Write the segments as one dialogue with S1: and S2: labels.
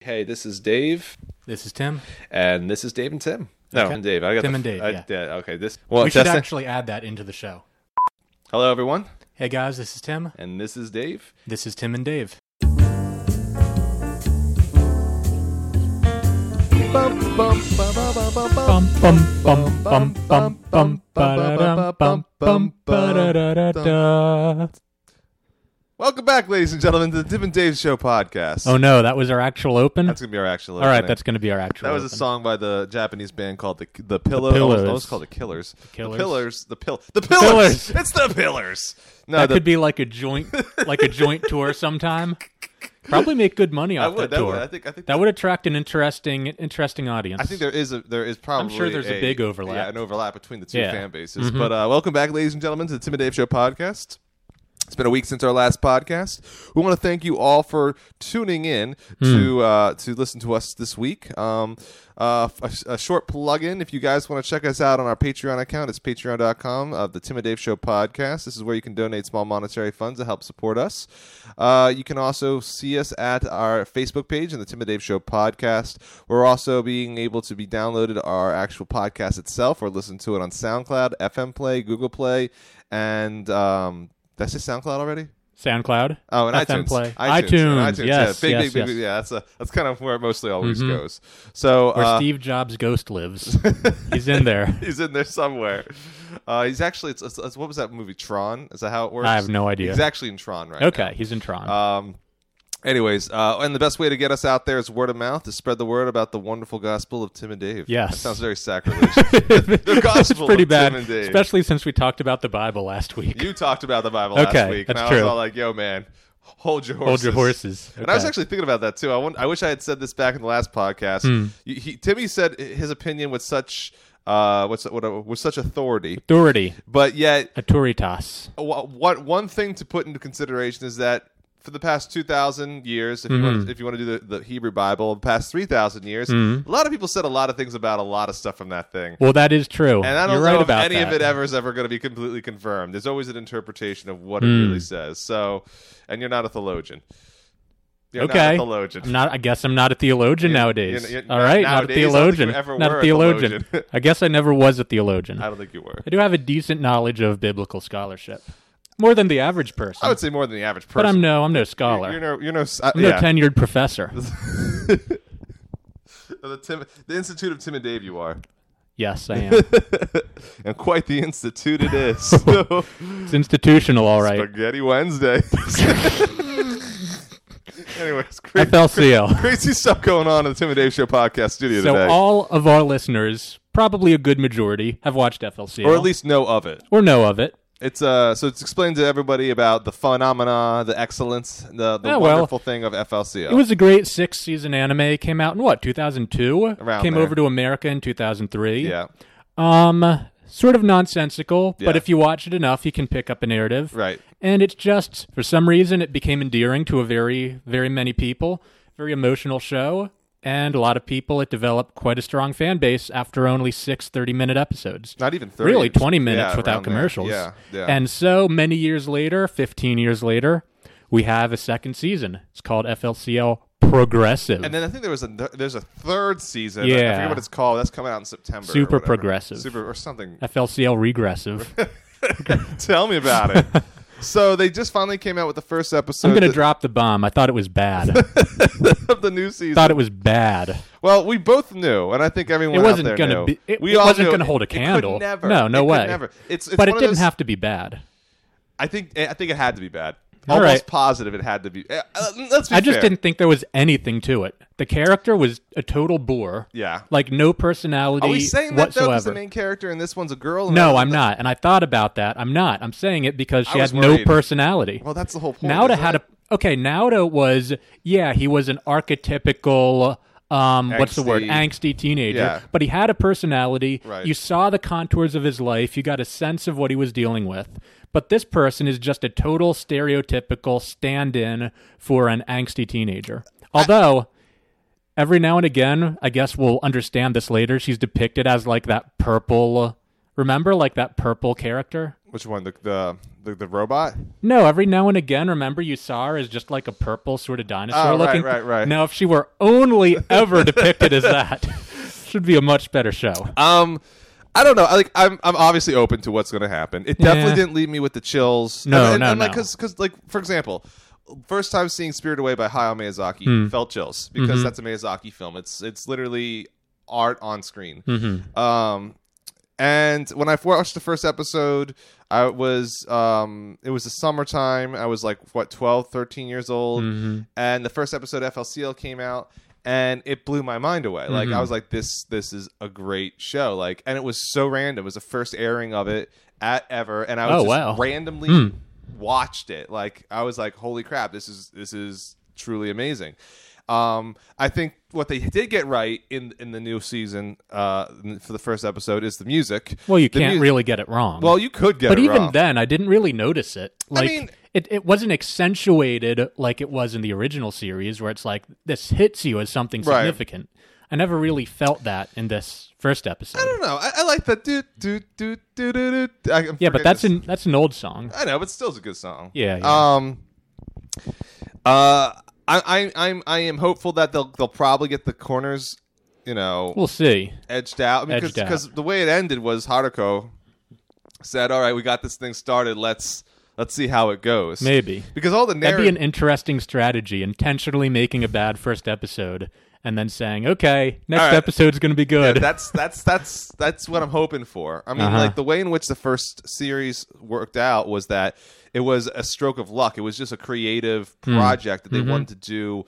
S1: Hey, this is Dave,
S2: This is Tim.
S1: and this is Dave and Tim. No,
S2: Okay.
S1: and Dave. I got
S2: Tim
S1: the-
S2: and Dave,
S1: I-
S2: yeah.
S1: Okay. This. Well,
S2: we should
S1: testing.
S2: actually add that into the show.
S1: Hello, everyone,
S2: Hey guys, this is Tim.
S1: and this is Dave.
S2: This is Tim and Dave. Bum bum bum bum bum bum ba-da-dum, bum bum ba-da-da-da-da.
S1: Welcome back, ladies and gentlemen, to the Tim and Dave Show podcast.
S2: Oh no, that was our actual open.
S1: that's gonna be our actual.
S2: All right,
S1: opening.
S2: that's going to be our actual.
S1: that was a
S2: open.
S1: song by the Japanese band called the the Pillow. I
S2: Pillars.
S1: almost, I almost called the Killers.
S2: Killers.
S1: The Pillars. The Pill. The Pillars.
S2: Pillars.
S1: It's the Pillars. No,
S2: That
S1: the,
S2: could be like a joint, like a joint tour sometime. Probably make good money
S1: I
S2: off
S1: would.
S2: that
S1: That
S2: tour.
S1: would. I think. I think.
S2: That would attract an interesting, interesting audience.
S1: I think there is a there is probably
S2: sure there's a big overlap.
S1: Yeah, an overlap between the two
S2: Yeah. Mm-hmm.
S1: fan bases. But uh, welcome back, ladies and gentlemen, to the Tim and Dave Show podcast. It's been a week since our last podcast. We want to thank you all for tuning in to uh, to listen to us this week. Um, uh, f- a, a short plug-in, if you guys want to check us out on our Patreon account, it's patreon.com of the Tim and Dave Show podcast. This is where you can donate small monetary funds to help support us. Uh, you can also see us at our Facebook page and the Tim and Dave Show podcast. We're also being able to be downloaded our actual podcast itself or listen to it on SoundCloud, FM Play, Google Play, and... Um, did I say SoundCloud already?
S2: SoundCloud.
S1: Oh, and
S2: FM
S1: iTunes.
S2: Play.
S1: iTunes. and iTunes,
S2: Yes.
S1: yeah. Big, big, big,
S2: yes, yes. Mm-hmm.
S1: big- Yeah, that's, a, that's kind of where it mostly always goes. So
S2: Where
S1: uh,
S2: Steve Jobs' ghost lives. He's in there.
S1: he's in there somewhere. Uh, he's actually, it's, it's, it's- what was that movie, Tron? Is that how it works?
S2: I have no idea.
S1: He's actually in Tron right now.
S2: Okay, he's in Tron.
S1: Um, anyways, uh, and the best way to get us out there is word of mouth, to spread the word about the wonderful gospel of Tim and Dave.
S2: Yes.
S1: That sounds very sacrilegious. the
S2: it's
S1: gospel
S2: pretty
S1: of
S2: bad,
S1: Tim and Dave.
S2: especially since we talked about the Bible last week.
S1: you talked about the Bible last
S2: Okay,
S1: week, and
S2: that's
S1: I was
S2: true.
S1: all like, yo, man, hold your horses.
S2: Hold your horses.
S1: And I was
S2: Okay.
S1: actually thinking about that too. I, want, I wish I had said this back in the last podcast.
S2: Hmm.
S1: He, he, Timmy said his opinion with such uh, what's what, with such authority,
S2: authority,
S1: but yet
S2: autoritas.
S1: wha- what one thing to put into consideration is that for the past 2000 years if you want
S2: Mm-hmm.
S1: if you want to do the, the hebrew bible the past 3000 years a lot of people said a lot of things about a lot of stuff from that thing
S2: Well, that is true.
S1: and i don't
S2: You're
S1: know
S2: right
S1: if
S2: about
S1: any of
S2: that.
S1: it ever is ever going to be completely confirmed there's always an interpretation of what
S2: Mm.
S1: it really says so and you're not a theologian you're not
S2: Okay.
S1: a theologian
S2: I'm not. I guess I'm not a theologian nowadays.
S1: you're-
S2: All right, not
S1: nowadays, I
S2: a
S1: don't think you
S2: theologian.
S1: ever
S2: Not
S1: were
S2: a
S1: a
S2: theologian.
S1: theologian.
S2: I guess I never was a theologian.
S1: i
S2: I
S1: don't think you were
S2: do have a decent knowledge of biblical scholarship, more than the average person.
S1: i would say more than the average person
S2: but I'm no. I'm no scholar.
S1: you're no you're no s- uh,
S2: I'm no
S1: yeah.
S2: tenured professor.
S1: the, Tim, the institute of tim and dave you are
S2: yes, I am.
S1: and quite the institute it is. So,
S2: It's institutional, all right.
S1: Spaghetti Wednesday. Anyways, cra-
S2: FLCL.
S1: crazy stuff going on in the Tim and Dave Show podcast studio
S2: so
S1: today,
S2: all of our listeners, probably a good majority, have watched FLCL
S1: or at least know of it.
S2: or know of it.
S1: It's uh, so it's explained to everybody about the phenomena, the excellence, the, the
S2: Yeah, well,
S1: wonderful thing of FLCL.
S2: It was a great six season anime. Came out in what 2002.
S1: Around
S2: Came
S1: there.
S2: over to America in 2003.
S1: yeah,
S2: Um, sort of nonsensical, but
S1: Yeah.
S2: if you watch it enough, you can pick up a narrative.
S1: right.
S2: And it's just for some reason it became endearing to a very very many people. Very emotional show. And a lot of people, it developed quite a strong fan base after only six 30 minute episodes.
S1: Not even 30.
S2: really 20 minutes
S1: Yeah,
S2: without
S1: around there.
S2: commercials.
S1: Yeah, yeah.
S2: And so many years later, 15 years later, we have a second season. It's called FLCL Progressive.
S1: And then I think there was a there's a third season. I- I
S2: Yeah.
S1: forget what it's called. That's coming out in September. or
S2: Super
S1: whatever.
S2: progressive.
S1: Super or something.
S2: FLCL Regressive.
S1: Tell me about it. so they just finally came out with the first episode
S2: I'm going to
S1: th-
S2: drop the bomb. I thought it was bad. I
S1: of the new season.
S2: thought it was bad.
S1: well, we both knew, and I think everyone
S2: It
S1: out
S2: wasn't
S1: there
S2: gonna
S1: knew.
S2: be- it-
S1: we
S2: it
S1: all
S2: wasn't
S1: knew
S2: gonna hold a
S1: it could
S2: candle.
S1: never.
S2: No, no
S1: It could
S2: way.
S1: never. It's, it's
S2: But it
S1: one of
S2: didn't
S1: those-
S2: have to be bad.
S1: I think I think it had to be bad.
S2: All
S1: Almost
S2: right.
S1: positive it had to be. Uh, uh, let's be
S2: I just
S1: fair.
S2: didn't think there was anything to it. The character was a total bore.
S1: Yeah.
S2: Like no personality
S1: Are we saying that though?
S2: whatsoever.
S1: Because the main character and this one's a girl. and
S2: No,
S1: that-
S2: I'm not. And I thought about that. I'm not. I'm saying it because she
S1: I was
S2: had no
S1: worried.
S2: personality.
S1: Well, that's the whole point.
S2: Nauda
S1: isn't
S2: had
S1: it?
S2: a okay. Nauda was yeah. He was an archetypical. Um, what's the word?
S1: Angsty.
S2: Angsty teenager.
S1: Yeah.
S2: But he had a personality.
S1: Right.
S2: You saw the contours of his life. You got a sense of what he was dealing with. But this person is just a total stereotypical stand-in for an angsty teenager. Although every now and again, I guess we'll understand this later. She's depicted as like that purple Remember, like that purple character?
S1: Which one? The the the, the robot?
S2: No, every now and again, remember you saw her as just like a purple sort of dinosaur
S1: Oh, right,
S2: looking.
S1: right, right.
S2: Now, if she were only ever depicted as that, should be a much better show.
S1: Um, I don't know. I, Like, I'm I'm obviously open to what's going to happen. It definitely
S2: Yeah.
S1: didn't leave me with the chills.
S2: No,
S1: and, and,
S2: no,
S1: and, like,
S2: no.
S1: Because like for example, first time seeing Spirit Away by Hayao Miyazaki
S2: Hmm.
S1: felt chills because
S2: Mm-hmm.
S1: that's a Miyazaki film. It's it's literally art on screen.
S2: Mm-hmm.
S1: Um, and when I watched the first episode, I was um, it was the summertime. I was like what 12, 13 years old,
S2: Mm-hmm.
S1: and the first episode of FLCL came out, and it blew my mind away. Like
S2: Mm-hmm.
S1: I was like, this this is a great show. Like, and it was so random. It was the first airing of it at ever, and I was
S2: Oh,
S1: just
S2: wow.
S1: randomly
S2: Hmm.
S1: watched it. Like I was like, holy crap, this is this is truly amazing. Um, I think what they did get right in in the new season uh, for the first episode is the music.
S2: Well, you
S1: The
S2: can't
S1: mu-
S2: really get it wrong.
S1: Well, you could get
S2: but
S1: it
S2: even
S1: wrong.
S2: then, I didn't really notice it. Like
S1: mean-
S2: it, it wasn't accentuated like it was in the original series, where it's like this hits you as something
S1: Right.
S2: significant. I never really felt that in this first episode.
S1: I don't know. I, I like that. Do do do do do do. I- I'm
S2: yeah,
S1: forgetting
S2: but that's
S1: this-
S2: an that's an old song.
S1: I know, but still, it's a good song.
S2: Yeah, yeah.
S1: Um. Uh, I, I I'm I am hopeful that they'll they'll probably get the corners, you know,
S2: We'll see.
S1: edged out because
S2: Edged out.
S1: because the way it ended was Haruko said, "All right, we got this thing started. Let's let's see how it goes."
S2: Maybe.
S1: because all the
S2: That'd be
S1: narrative.
S2: an interesting strategy, intentionally making a bad first episode and then saying, "Okay, next
S1: All right.
S2: episode's going to be good."
S1: that's that's that's that's what I'm hoping for. I mean,
S2: Uh-huh.
S1: like the way in which the first series worked out was that it was a stroke of luck. It was just a creative
S2: Hmm.
S1: project
S2: Mm-hmm.
S1: that they wanted to do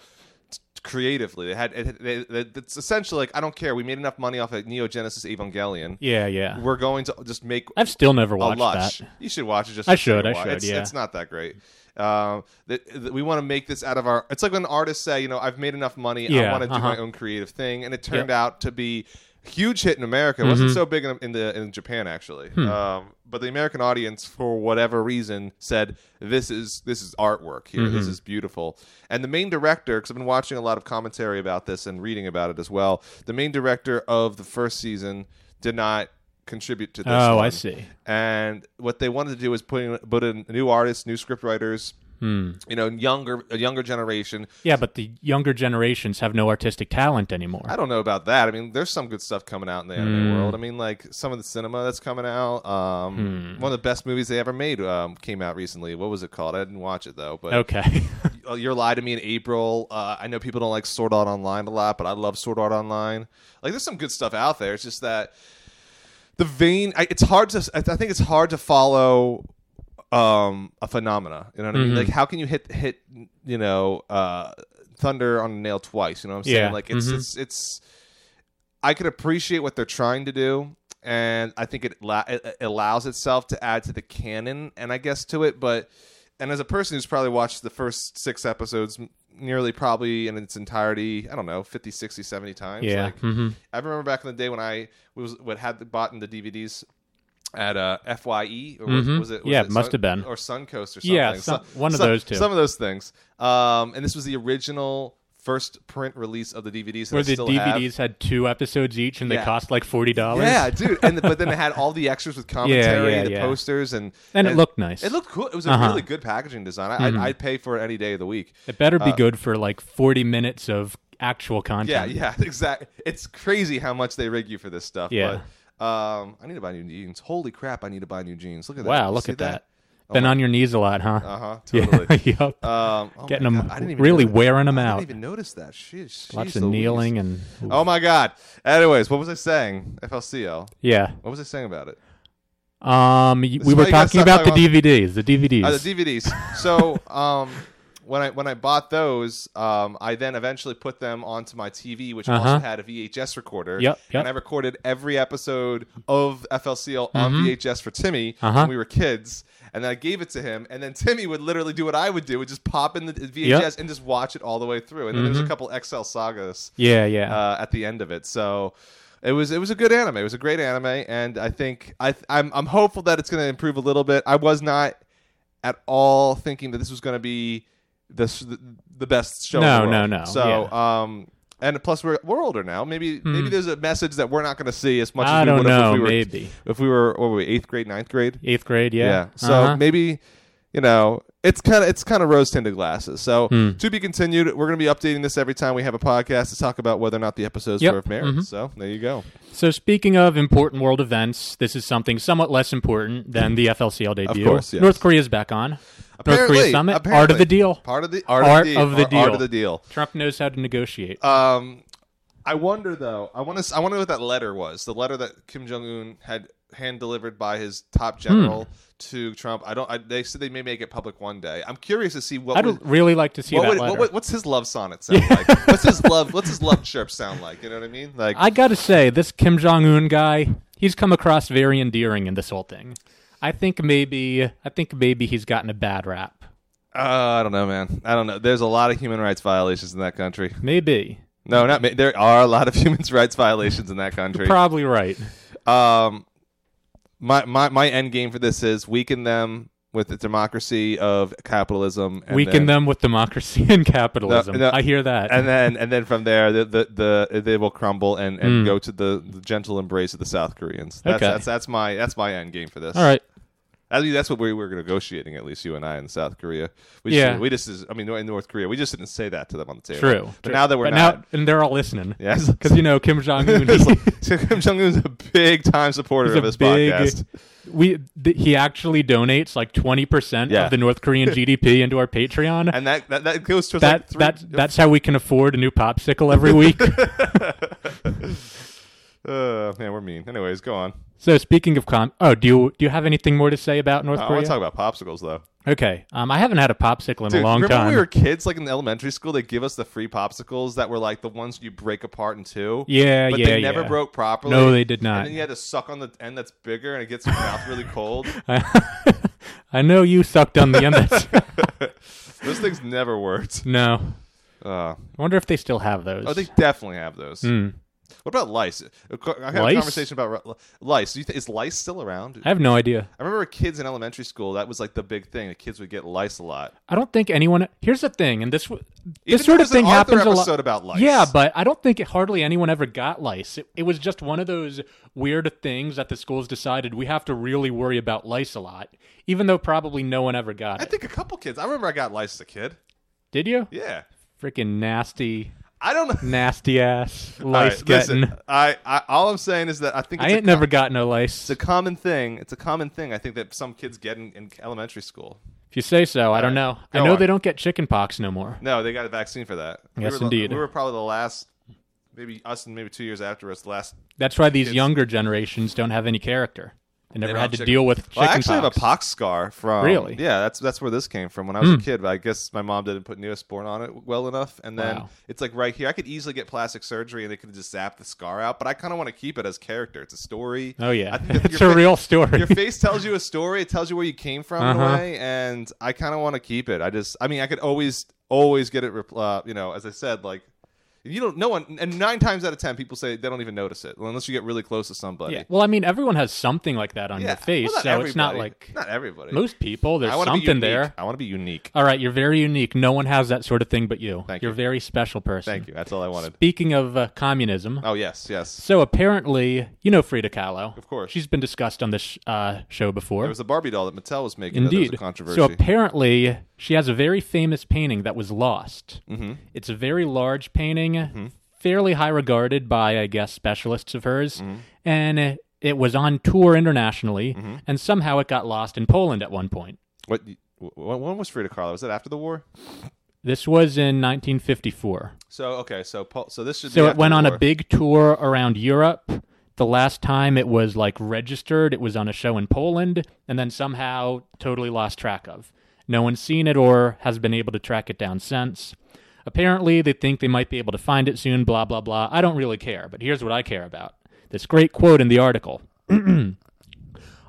S1: t- creatively. They had it, it, it- it's essentially like I don't care. We made enough money off of Neo Genesis Evangelion.
S2: yeah, yeah.
S1: We're going to just make
S2: I've still never
S1: a
S2: watched
S1: lush.
S2: that.
S1: You should watch it. Just
S2: I
S1: for sake of
S2: should, I
S1: watch.
S2: should,
S1: It's,
S2: yeah.
S1: it's not that great. Um, that, that we want to make this out of our. It's like when artists say, you know, I've made enough money. I
S2: Yeah,
S1: want to do
S2: uh-huh.
S1: my own creative thing, and it turned out to be huge hit in America. It
S2: Mm-hmm.
S1: wasn't so big in, in the in Japan actually,
S2: Hmm.
S1: um, but the American audience, for whatever reason, said this is this is artwork here.
S2: Mm-hmm.
S1: This is beautiful. And the main director, because I've been watching a lot of commentary about this and reading about it as well. The main director of the first season did not contribute to this.
S2: Oh, I
S1: one.
S2: see.
S1: And what they wanted to do was put in, put in new artists, new scriptwriters, you know, younger a younger generation.
S2: Yeah, but the younger generations have no artistic talent anymore.
S1: I don't know about that. I mean, there's some good stuff coming out in the anime world. I mean, like some of the cinema that's coming out. Um, One of the best movies they ever made um, came out recently. What was it called? I didn't watch it though. But
S2: Oh, Okay.
S1: uh, Your Lie to Me in April. Uh, I know people don't like Sword Art Online a lot, but I love Sword Art Online. Like, there's some good stuff out there. It's just that the vein. I, it's hard to. I, I think it's hard to follow um a phenomena. You know what I mean? Like, how can you hit hit you know uh thunder on a nail twice? You know what I'm saying?
S2: Yeah.
S1: Like, it's
S2: Mhm.
S1: it's it's. I could appreciate what they're trying to do. And I think it, la- it it allows itself to add to the canon, and I guess to it. But and as a person who's probably watched the first six episodes m- nearly probably in its entirety i don't know 50 60 70 times
S2: yeah.
S1: like,
S2: mhm.
S1: i remember back in the day when i was what had the, bought in the dvds at uh fye or was,
S2: Mhm.
S1: was it was
S2: Yeah,
S1: it
S2: it must have been.
S1: or suncoast or something
S2: Yeah, some- one of those two.
S1: some of those things um and this was the original first print release of the dvds that I
S2: Where the
S1: still have.
S2: DVDs had two episodes each and
S1: Yeah.
S2: they cost like forty dollars.
S1: yeah dude and the, but then it had all the extras with commentary
S2: yeah,
S1: the
S2: yeah.
S1: posters and
S2: And it looked nice.
S1: it looked cool it was a
S2: Uh-huh. Mm-hmm.
S1: really good packaging design I, I'd, I'd pay for it any day of the week
S2: It better be good for like forty minutes of actual
S1: uh, Yeah,
S2: content.
S1: yeah, exactly. It's crazy how much they rig you for this stuff.
S2: Yeah.
S1: But, um, I need to buy new jeans. Holy crap! I need to buy new jeans. Look at that.
S2: Wow,
S1: You
S2: look
S1: see
S2: at that. Been on your knees a lot, huh?
S1: Uh huh.
S2: yeah.
S1: Totally.
S2: yup.
S1: Um, oh my
S2: Getting 'em-
S1: God, I didn't even
S2: really
S1: notice-
S2: wearing 'em
S1: I
S2: out.
S1: didn't even notice that. Jeez,
S2: Lots
S1: jeez
S2: of
S1: Louise.
S2: kneeling and
S1: Oh my god. Anyways, what was I saying? FLCL.
S2: yeah.
S1: What was I saying about it?
S2: Um, y-
S1: is
S2: we
S1: why
S2: were
S1: you gotta
S2: talking
S1: stop
S2: about the
S1: talking
S2: DVDs. The DVDs.
S1: Uh, the DVDs. So um, when I when I bought those, um, I then eventually put them onto my TV, which also
S2: Uh-huh.
S1: had a VHS recorder.
S2: Yep, yep.
S1: And I recorded every episode of FLCL on VHS for Timmy
S2: Mm-hmm. Uh-huh.
S1: when we were kids. And then I gave it to him, and then Timmy would literally do what I would do: would just pop in the VHS
S2: Yep. Mm-hmm.
S1: and just watch it all the way through. And then there was a couple XL sagas
S2: yeah, yeah.
S1: uh, at the end of it. So it was it was a good anime. It was a great anime, and I think I th- I'm I'm hopeful that it's going to improve a little bit. I was not at all thinking that this was going to be the s- the best show. in
S2: No,
S1: the world.
S2: no, no.
S1: So um. and plus we're we're older now. Maybe maybe there's a message that we're not going to see as much.
S2: Hmm. I
S1: as we
S2: don't
S1: would have If
S2: know,
S1: we were,
S2: maybe.
S1: if we were what were we eighth grade, ninth grade.
S2: Eighth grade, yeah.
S1: So
S2: Uh-huh.
S1: maybe you know it's kind of it's kind of rose tinted glasses. So
S2: Hmm.
S1: to be continued. We're going to be updating this every time we have a podcast to talk about whether or not the episodes
S2: Yep. Mm-hmm.
S1: were of merit. So there you go.
S2: So speaking of important world events, this is something somewhat less important than the FLCL debut.
S1: course, yes.
S2: North Korea's back on. North
S1: Apparently-
S2: Korea summit. Art
S1: apparently.
S2: of the deal.
S1: Part of the art,
S2: Art
S1: of, the,
S2: of
S1: art-
S2: the
S1: art
S2: deal.
S1: of the deal.
S2: Trump knows how to negotiate.
S1: Um, I wonder though. I want to. I want to know what that letter was. The letter that Kim Jong Un had hand delivered by his
S2: Hmm.
S1: top general to Trump. I don't. I, they said they may make it public one day. I'm curious to see what.
S2: I'd
S1: would,
S2: really like to see
S1: Oh, what
S2: that
S1: would,
S2: letter.
S1: what would, what's his love sonnet sound like? What's his love? What's his love chirp sound like? You know what I mean? Like
S2: I gotta say, this Kim Jong Un guy, he's come across very endearing in this whole thing. I think maybe, I think maybe he's gotten a bad rap.
S1: Uh, I don't know, man. I don't know. There's a lot of human rights violations in that country.
S2: Maybe,
S1: No, not ma- there are a lot of human rights violations in that country.
S2: probably right.
S1: Um, my my my end game for this is weaken them with the democracy of capitalism. And
S2: Weaken
S1: then,
S2: them with democracy and capitalism.
S1: No, no.
S2: I hear that.
S1: and then and then from there, the the, the they will crumble and, and go to the, the gentle embrace of the South Koreans. That's,
S2: Hmm. Okay.
S1: that's that's my that's my end game for this.
S2: All right.
S1: I think that's what we were negotiating, at least you and I in South Korea. We just,
S2: Yeah.
S1: we just, I mean, in North Korea, we just didn't say that to them on the table.
S2: True.
S1: But now that we're
S2: But
S1: not,
S2: now, and they're all listening.
S1: yes,
S2: Because you know Kim Jong Un,
S1: It's like- Kim Jong Un's a big time supporter
S2: He's
S1: of
S2: a
S1: this
S2: big-
S1: podcast.
S2: we th- he actually donates like twenty percent
S1: Yeah.
S2: of the North Korean GDP into our Patreon.
S1: And that, that, that goes to
S2: that
S1: like three,
S2: that that's how we can afford a new popsicle every week.
S1: uh, man, we're mean. Anyways, go on.
S2: so speaking of com, oh, do you do you have anything more to say about North
S1: I
S2: Korea?
S1: want to talk about popsicles though.
S2: okay, um, I haven't had a popsicle in
S1: Dude,
S2: a long
S1: remember
S2: time.
S1: when we were kids, like in elementary school, they give us the free popsicles that were like the ones you break apart in two.
S2: Yeah,
S1: but
S2: yeah,
S1: they never
S2: yeah.
S1: broke properly.
S2: No, they did not.
S1: And then you had to suck on the end that's bigger, and it gets your mouth really cold.
S2: I know you sucked on the end. That's,
S1: Those things never worked.
S2: no,
S1: Uh,
S2: I wonder if they still have those.
S1: oh, they definitely have those. What about lice? Of cour- I had
S2: Hmm. Lice?
S1: a conversation about ri- lice. Do you thi- is lice still around?
S2: I have no idea.
S1: I remember kids in elementary school. That was like the big thing. The kids would get lice a lot.
S2: I don't think anyone. Here's the thing, and this w-
S1: Even
S2: this sort of
S1: there's an
S2: thing
S1: Arthur
S2: happens a lot.
S1: episode about lice.
S2: Yeah, but I don't think it, hardly anyone ever got lice. It, it was just one of those weird things that the schools decided we have to really worry about lice a lot, even though probably no one ever got
S1: I
S2: it.
S1: think a couple kids. I remember I got lice as a kid.
S2: Did you?
S1: Yeah,
S2: Freaking nasty,
S1: I don't know.
S2: nasty ass
S1: All right,
S2: lice
S1: listen,
S2: getting.
S1: I, I all I'm saying is that I think
S2: I
S1: it's a
S2: ain't
S1: co-
S2: never got no lice.
S1: It's a common thing. It's a common thing. I think that some kids get in, in elementary school.
S2: if you say so, I don't know. I
S1: go
S2: know
S1: on.
S2: they don't get chicken pox no more.
S1: No, they got a vaccine for that.
S2: Yes,
S1: we were, the-
S2: indeed.
S1: We were probably the last, maybe us and maybe two years after us, the last
S2: That's why these younger generations don't have any character. They never
S1: don't
S2: had
S1: have
S2: to
S1: chicken-
S2: deal with chicken
S1: Well, I actually
S2: pox.
S1: have a pox scar from.
S2: Really? Hmm.
S1: Yeah, that's that's where this came from. When I was a kid, but I guess my mom didn't put Neosporin on it well enough, and then
S2: Wow.
S1: it's like right here. I could easily get plastic surgery, and they could just zap the scar out. But I kind of want to keep it as character. It's a story.
S2: Oh yeah,
S1: I think that
S2: it's
S1: your
S2: a
S1: fa-
S2: real story.
S1: Your face tells you a story. It tells you where you came from in a
S2: Uh-huh.
S1: way, and I kind of want to keep it. I just, I mean, I could always, always get it. repl- Uh, you know, as I said, like. if You don't. No one. And nine times out of ten, people say they don't even notice it unless you get really close to somebody.
S2: Yeah. Well, I mean, everyone has something like that on
S1: Yeah.
S2: your face,
S1: Well,
S2: so it's not
S1: everybody.
S2: like
S1: not everybody.
S2: most people. There's
S1: I want to be
S2: something
S1: unique.
S2: there.
S1: I want to be unique.
S2: All right, you're very unique. No one has that sort of thing but you.
S1: Thank
S2: you're
S1: you.
S2: a very special person.
S1: Thank you. That's all I wanted.
S2: Speaking of uh, communism,
S1: Oh yes, yes.
S2: so apparently, you know Frida Kahlo.
S1: Of course.
S2: She's been discussed on this sh- uh, show before.
S1: There was a Barbie doll that Mattel was making. that there was
S2: Indeed.
S1: a controversy.
S2: So apparently, she has a very famous painting that was lost. Mm-hmm. It's a very large painting, fairly high regarded by, I guess, specialists of hers. And it, it was on tour internationally, and somehow it got lost in Poland at one point.
S1: what? wh- When was Frida Kahlo? Was that after the war?
S2: This was in 1954.
S1: So okay, so Paul, so this should.
S2: So
S1: be
S2: it
S1: after
S2: went
S1: the
S2: on a
S1: war.
S2: big tour around Europe. The last time it was like registered, it was on a show in Poland, and then somehow totally lost track of. No one's seen it or has been able to track it down since. Apparently, they think they might be able to find it soon, blah, blah, blah. I don't really care, but here's what I care about this great quote in the article.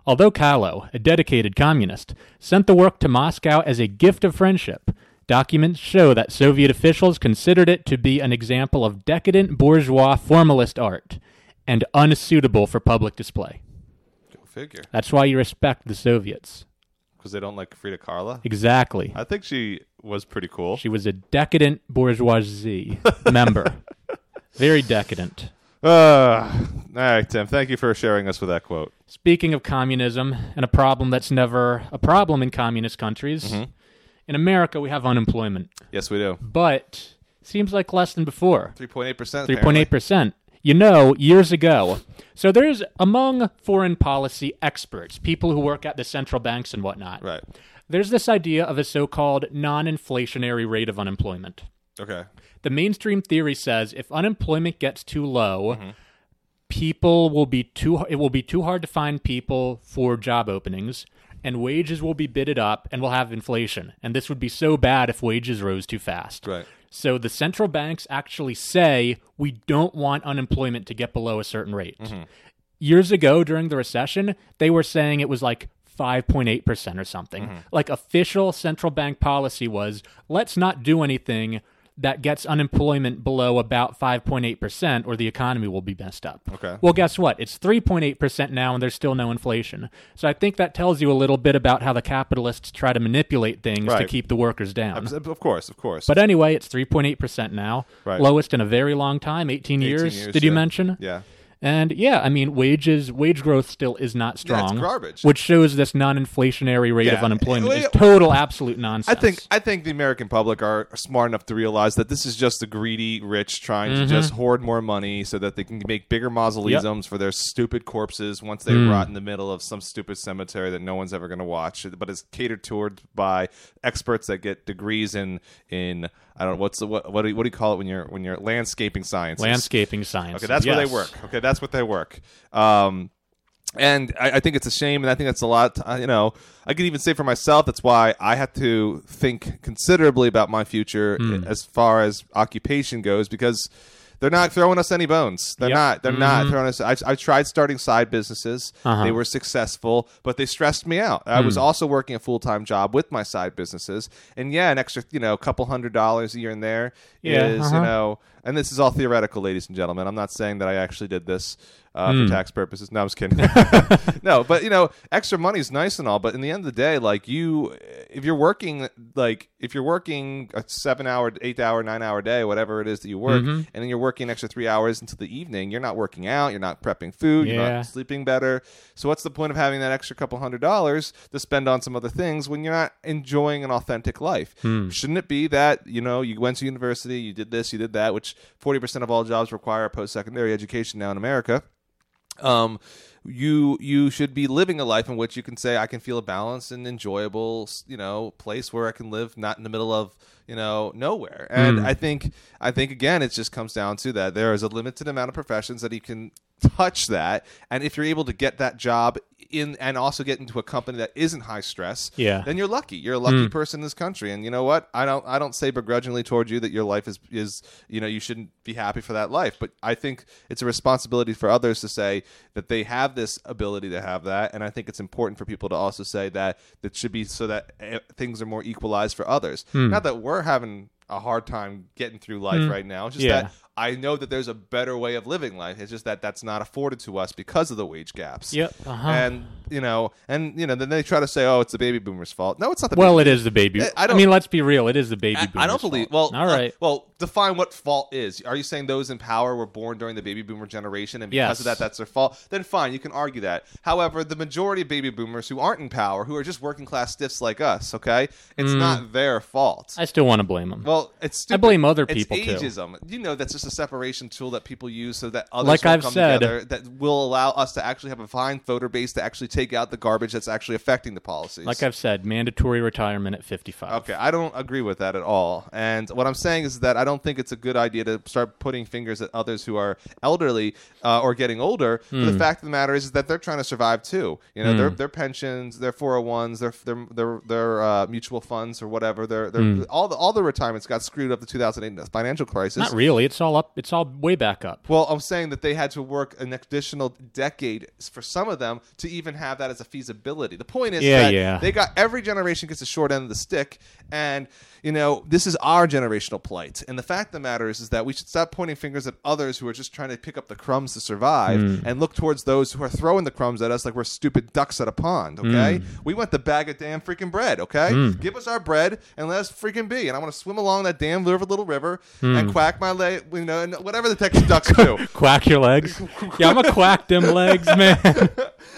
S2: Although Kahlo, a dedicated communist, sent the work to Moscow as a gift of friendship, documents show that Soviet officials considered it to be an example of decadent bourgeois formalist art and unsuitable for public display.
S1: Go figure
S2: That's why you respect the Soviets.
S1: because they don't like Frida Kahlo.
S2: Exactly.
S1: I think she was pretty cool.
S2: She was a decadent bourgeoisie member. Very decadent.
S1: Uh, all right, Tim. Thank you for sharing us with that quote.
S2: Speaking of communism and a problem that's never a problem in communist countries, in America we have unemployment,
S1: Yes, we do.
S2: but seems like less than before.
S1: Three point eight percent.
S2: Three point eight percent. You know, years ago. So there's among foreign policy experts, people who work at the central banks and whatnot.
S1: Right.
S2: There's this idea of a so-called non-inflationary rate of unemployment.
S1: Okay.
S2: The mainstream theory says if unemployment gets too low,
S1: Mm-hmm.
S2: people will be too it will be too hard to find people for job openings and wages will be bidded up and we'll have inflation. And this would be so bad if wages rose too fast.
S1: Right.
S2: So the central banks actually say we don't want unemployment to get below a certain rate.
S1: Mm-hmm.
S2: Years ago during the recession, they were saying it was like 5.8% or something.
S1: Mm-hmm.
S2: Like official central bank policy was let's not do anything that gets unemployment below about 5.8% or the economy will be messed up.
S1: Okay.
S2: Well, guess what? It's 3.8% now and there's still no inflation. So I think that tells you a little bit about how the capitalists try to manipulate things to
S1: Right.
S2: keep the workers down.
S1: Of course. Of course.
S2: But anyway, it's 3.8% now.
S1: Right.
S2: Lowest in a very long time, 18, years,
S1: years,
S2: did you
S1: yeah.
S2: mention?
S1: yeah.
S2: And yeah, I mean, wages, wage growth still is not
S1: Yeah, it's
S2: strong.
S1: garbage.
S2: Which shows this non inflationary rate of
S1: Yeah.
S2: unemployment
S1: Well,
S2: is
S1: yeah.
S2: total absolute nonsense.
S1: I think I think the American public are smart enough to realize that this is just the greedy rich trying to just hoard more money so that they can make bigger mausoleums for their stupid corpses once they rot in the middle of some stupid cemetery that no one's ever going to watch. But it's catered toward by experts that get degrees in in I don't know what's the, what what do, you, what do you call it when you're when you're landscaping science
S2: landscaping science.
S1: Okay, that's where they work. Okay, that's what they work. Um, and I, I think it's a shame, and I think that's a lot. uh, you know, I could even say for myself, that's why I had to think considerably about my future
S2: Hmm.
S1: as far as occupation goes, because they're not throwing us any bones. They're
S2: Yep. Mm-hmm.
S1: not. They're not throwing us. I've, I've tried starting side businesses.
S2: Uh-huh.
S1: They were successful, but they stressed me out. I
S2: Hmm.
S1: was also working a full time job with my side businesses, and yeah, an extra you know couple hundred dollars a year and there is
S2: Yeah,
S1: you
S2: uh-huh.
S1: know know, and this is all theoretical, ladies and gentlemen. I'm not saying that I actually did this uh,
S2: Hmm.
S1: for tax purposes. No, I was kidding. no, but you know, extra money is nice and all, but in the end of the day, like you, if you're working, like if you're working a seven hour, eight hour, nine hour day, whatever it is that you work,
S2: Mm-hmm.
S1: and then you're working an extra three hours until the evening, you're not working out, you're not prepping food, you're
S2: Yeah.
S1: not sleeping better. So what's the point of having that extra couple hundred dollars to spend on some other things when you're not enjoying an authentic life? Shouldn't it be that, you know, you went to university, you did this, you did that, which 40% of all jobs require a post-secondary education now in America um you you should be living a life in which you can say i can feel a balanced and enjoyable s- you know place where i can live not in the middle of you know nowhere and i think i think again it just comes down to that there is a limited amount of professions that you can touch that and if you're able to get that job in and also get into a company that isn't high stress
S2: Yeah.
S1: then you're lucky you're a
S2: Hmm.
S1: lucky person in this country and you know what i don't i don't say begrudgingly toward you that your life is is you know you shouldn't be happy for that life but i think it's a responsibility for others to say that they have this ability to have that and i think it's important for people to also say that that should be so that eh, things are more equalized for others
S2: Hmm.
S1: not that we're having a hard time getting through life right now it's just
S2: Yeah.
S1: that i know that there's a better way of living life it's just that that's not afforded to us because of the wage gaps
S2: Yep, uh-huh.
S1: and you know and you know then they try to say oh it's the baby boomers fault no it's not the
S2: Well, it is the baby.
S1: I- I
S2: I,
S1: don't-
S2: mean, let's be real. It is the baby.
S1: I, I
S2: boomer's
S1: don't believe.
S2: fault.
S1: Well,
S2: all
S1: uh,
S2: right.
S1: well, define what fault is. Are you saying those in power were born during the baby boomer generation, and because
S2: Yes.
S1: of that, that's their fault? Then fine, you can argue that. However, the majority of baby boomers who aren't in power, who are just working class stiffs like us, okay, it's
S2: Mm.
S1: not their fault.
S2: I still want to blame them.
S1: well, it's stupid.
S2: I blame other
S1: It's
S2: people, too.
S1: ageism. You know, that's just a separation tool that people use so that others
S2: Like
S1: will
S2: I've
S1: come
S2: said-
S1: together that will allow us to actually have a fine voter base to actually take out the garbage that's actually affecting the policies.
S2: like I've said, mandatory retirement at 55.
S1: Okay, I don't agree with that at all. And what I'm saying is that I don't think it's a good idea to start putting fingers at others who are elderly uh, or getting older. But
S2: Hmm.
S1: the fact of the matter is, is that they're trying to survive too. You know, their, their pensions, oh their 401s, their their their, their uh, mutual funds or whatever. Their, their
S2: Hmm.
S1: all the all the retirements got screwed up the 2008 financial crisis.
S2: Not really. It's all up. It's all way back up.
S1: Well, I'm saying that they had to work an additional decade for some of them to even have that as a feasibility. The point is
S2: Yeah,
S1: that
S2: yeah.
S1: they got every generation gets a short end of the stick, and you know this is our generational plight, and And the fact of the matter is, is that we should stop pointing fingers at others who are just trying to pick up the crumbs to survive and look towards those who are throwing the crumbs at us like we're stupid ducks at a pond, okay? We want the bag of damn freaking bread, okay? Give us our bread and let us freaking be. And I want to swim along that damn river, little river and quack my leg, you know, and whatever the Texas ducks do.
S2: Quack your legs. Yeah, I'm a quack them legs, man.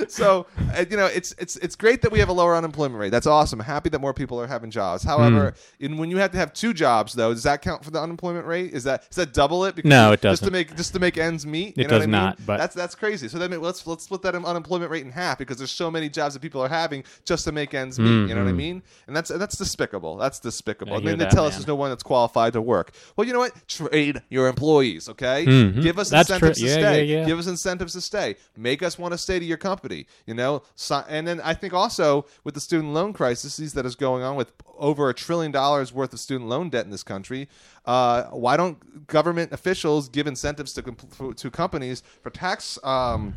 S1: so uh, you know it's it's it's great that we have a lower unemployment rate that's awesome happy that more people are having jobs
S2: Hmm.
S1: however in, when you have to have two jobs though does that count for the unemployment rate is that does that double it because
S2: No, it
S1: just to
S2: doesn't.
S1: make just to make ends meet you
S2: It
S1: know what
S2: does
S1: I mean?
S2: not, but-
S1: that's that's crazy so then it- let's let's split that unemployment rate in half because there's so many jobs that people are having just to make ends meet you know what I mean and that's that's despicable that's despicable
S2: Mm-hmm. I
S1: and
S2: hear
S1: then they
S2: that,
S1: tell us
S2: man.
S1: there's no one that's qualified to work well you know what trade your employees okay
S2: Mm-hmm.
S1: give us
S2: That's
S1: incentives
S2: true.
S1: to
S2: Yeah,
S1: stay
S2: yeah, yeah.
S1: Give give us incentives to stay. Make us want to stay to your company. You know, so, and then I think also with the student loan crises that is going on with over a trillion dollars worth of student loan debt in this country, uh, why don't government officials give incentives to comp- to companies for tax? Um,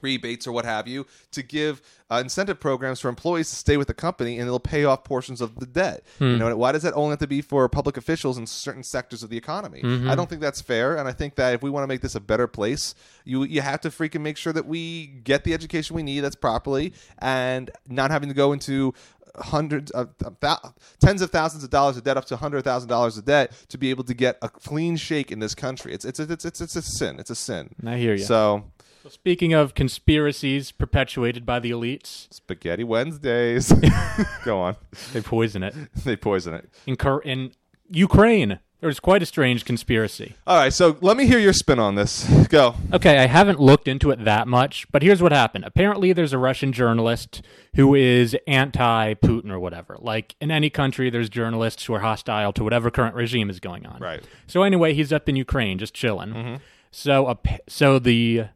S1: rebates or what have you to give uh, incentive programs for employees to stay with the company and it'll pay off portions of the debt you know and why does that only have to be for public officials in certain sectors of the economy i don't think that's fair and i think that if we want to make this a better place you you have to freaking make sure that we get the education we need that's properly and not having to go into hundreds of of thou- tens of thousands of dollars of debt up to hundred thousand dollars of debt to be able to get a clean shake in this country it's it's it's it's, it's a sin it's a sin
S2: I hear you.
S1: so
S2: Speaking of conspiracies perpetuated by the elites,
S1: Spaghetti Wednesdays. Go on.
S2: they poison it.
S1: They poison it.
S2: In, Cur- in Ukraine, there was quite a strange conspiracy.
S1: All right, so let me hear your spin on this. Go.
S2: Okay, I haven't looked into it that much, but here's what happened. Apparently, there's a Russian journalist who is anti Putin or whatever. Like, in any country, there's journalists who are hostile to whatever current regime is going on.
S1: Right.
S2: So, anyway, he's up in Ukraine just chilling. So, ap- so the.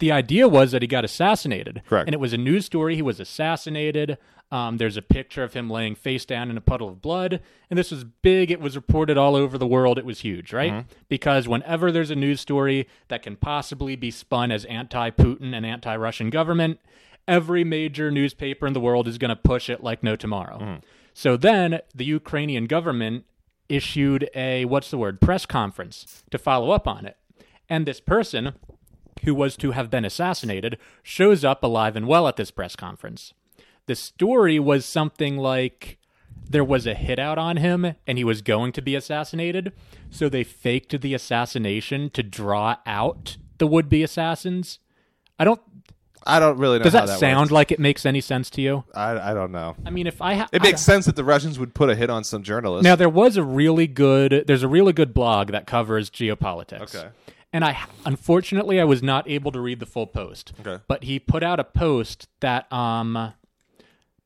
S2: The idea was that he got assassinated.
S1: Correct.
S2: And it was a news story. He was assassinated. Um, there's a picture of him laying face down in a puddle of blood. And this was big. It was reported all over the world. It was huge, right? Because whenever there's a news story that can possibly be spun as anti Putin and anti Russian government, every major newspaper in the world is going to push it like no tomorrow. So then the Ukrainian government issued a, what's the word, press conference to follow up on it. And this person, who was to have been assassinated, shows up alive and well at this press conference. The story was something like there was a hit out on him and he was going to be assassinated. So they faked the assassination to draw out the would be assassins. I don't.
S1: I don't really know
S2: Does
S1: how
S2: that,
S1: that
S2: sound
S1: works.
S2: like it makes any sense to you?
S1: I, I don't know.
S2: I mean, if I. Ha-
S1: It
S2: I-
S1: makes sense that the Russians would put a hit on some journalist.
S2: Now there was a really good there's a really good blog that covers geopolitics.
S1: Okay.
S2: And I unfortunately I was not able to read the full post.
S1: Okay.
S2: But he put out a post that um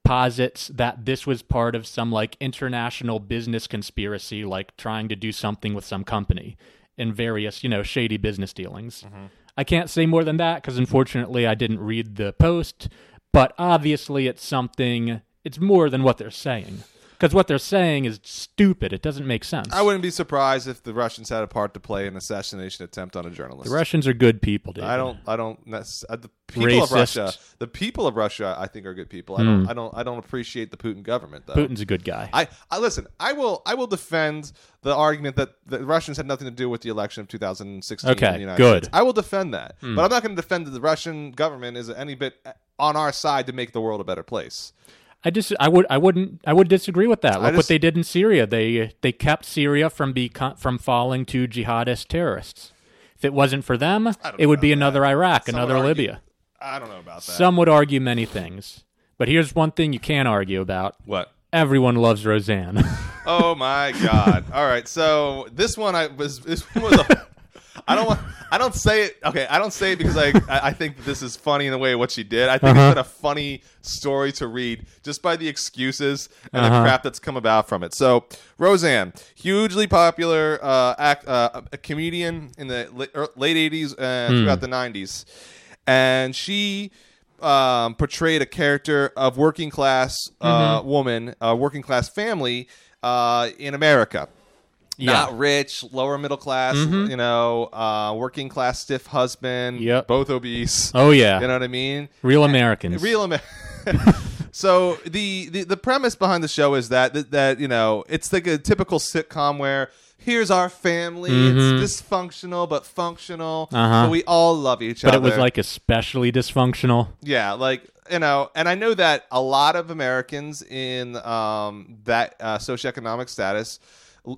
S2: posits that this was part of some like international business conspiracy like trying to do something with some company in various, you know, shady business dealings.
S1: Mm-hmm.
S2: I can't say more than that cuz unfortunately I didn't read the post, but obviously it's something it's more than what they're saying. Because what they're saying is stupid. It doesn't make sense.
S1: I wouldn't be surprised if the Russians had a part to play in an assassination attempt on a journalist.
S2: The Russians are good people, dude.
S1: I don't. I don't. Necess- uh, the people of
S2: Racist. Hmm.
S1: Russia. The people of Russia. I think are good people. I don't. I don't. I don't appreciate the Putin government though.
S2: Putin's a good guy.
S1: I, I listen. I will. I will defend the argument that the Russians had nothing to do with the election of 2016. in
S2: Okay,
S1: the United
S2: good. Hmm.
S1: States. I will defend that, but I'm not going to defend that the Russian government is any bit on our side to make the world a better place.
S2: I just, I would, I wouldn't, I would disagree with that. Look
S1: just-
S2: what they did in Syria. They they kept Syria from be from falling to jihadist terrorists. If it wasn't for them, it would be another Iraq,
S1: Some would
S2: another
S1: argue-
S2: Libya.
S1: I don't know about that.
S2: Some would argue many things, but here's one thing you can argue about:
S1: what?
S2: everyone loves Roseanne.
S1: Oh my God! All right, so this one I was. This one was. A, I don't want. I don't say it. Okay, I don't say it because I. I I think that this is funny in the way what she did. I think it's been a funny story to read just by the excuses and the crap that's come about from it. So Roseanne, hugely popular uh, act, uh, a comedian in the la- er, late '80s and throughout the '90s, and she um, portrayed a character of working class uh,
S2: Mm-hmm.
S1: woman, a working class family uh, in America. Not rich, lower middle class, you know, uh, working class stiff husband,
S2: Mm-hmm. Yep.
S1: both obese.
S2: oh yeah,
S1: You know what I mean?
S2: real Americans.
S1: Real Amer- So the, the the premise behind the show is that, that that you know it's like a typical sitcom where here's our family. It's dysfunctional but functional,
S2: Mm-hmm. Uh-huh.
S1: but we all love each
S2: but
S1: other.
S2: it was like especially dysfunctional.
S1: Yeah, like you know, and I know that a lot of Americans in um, that uh, socioeconomic status,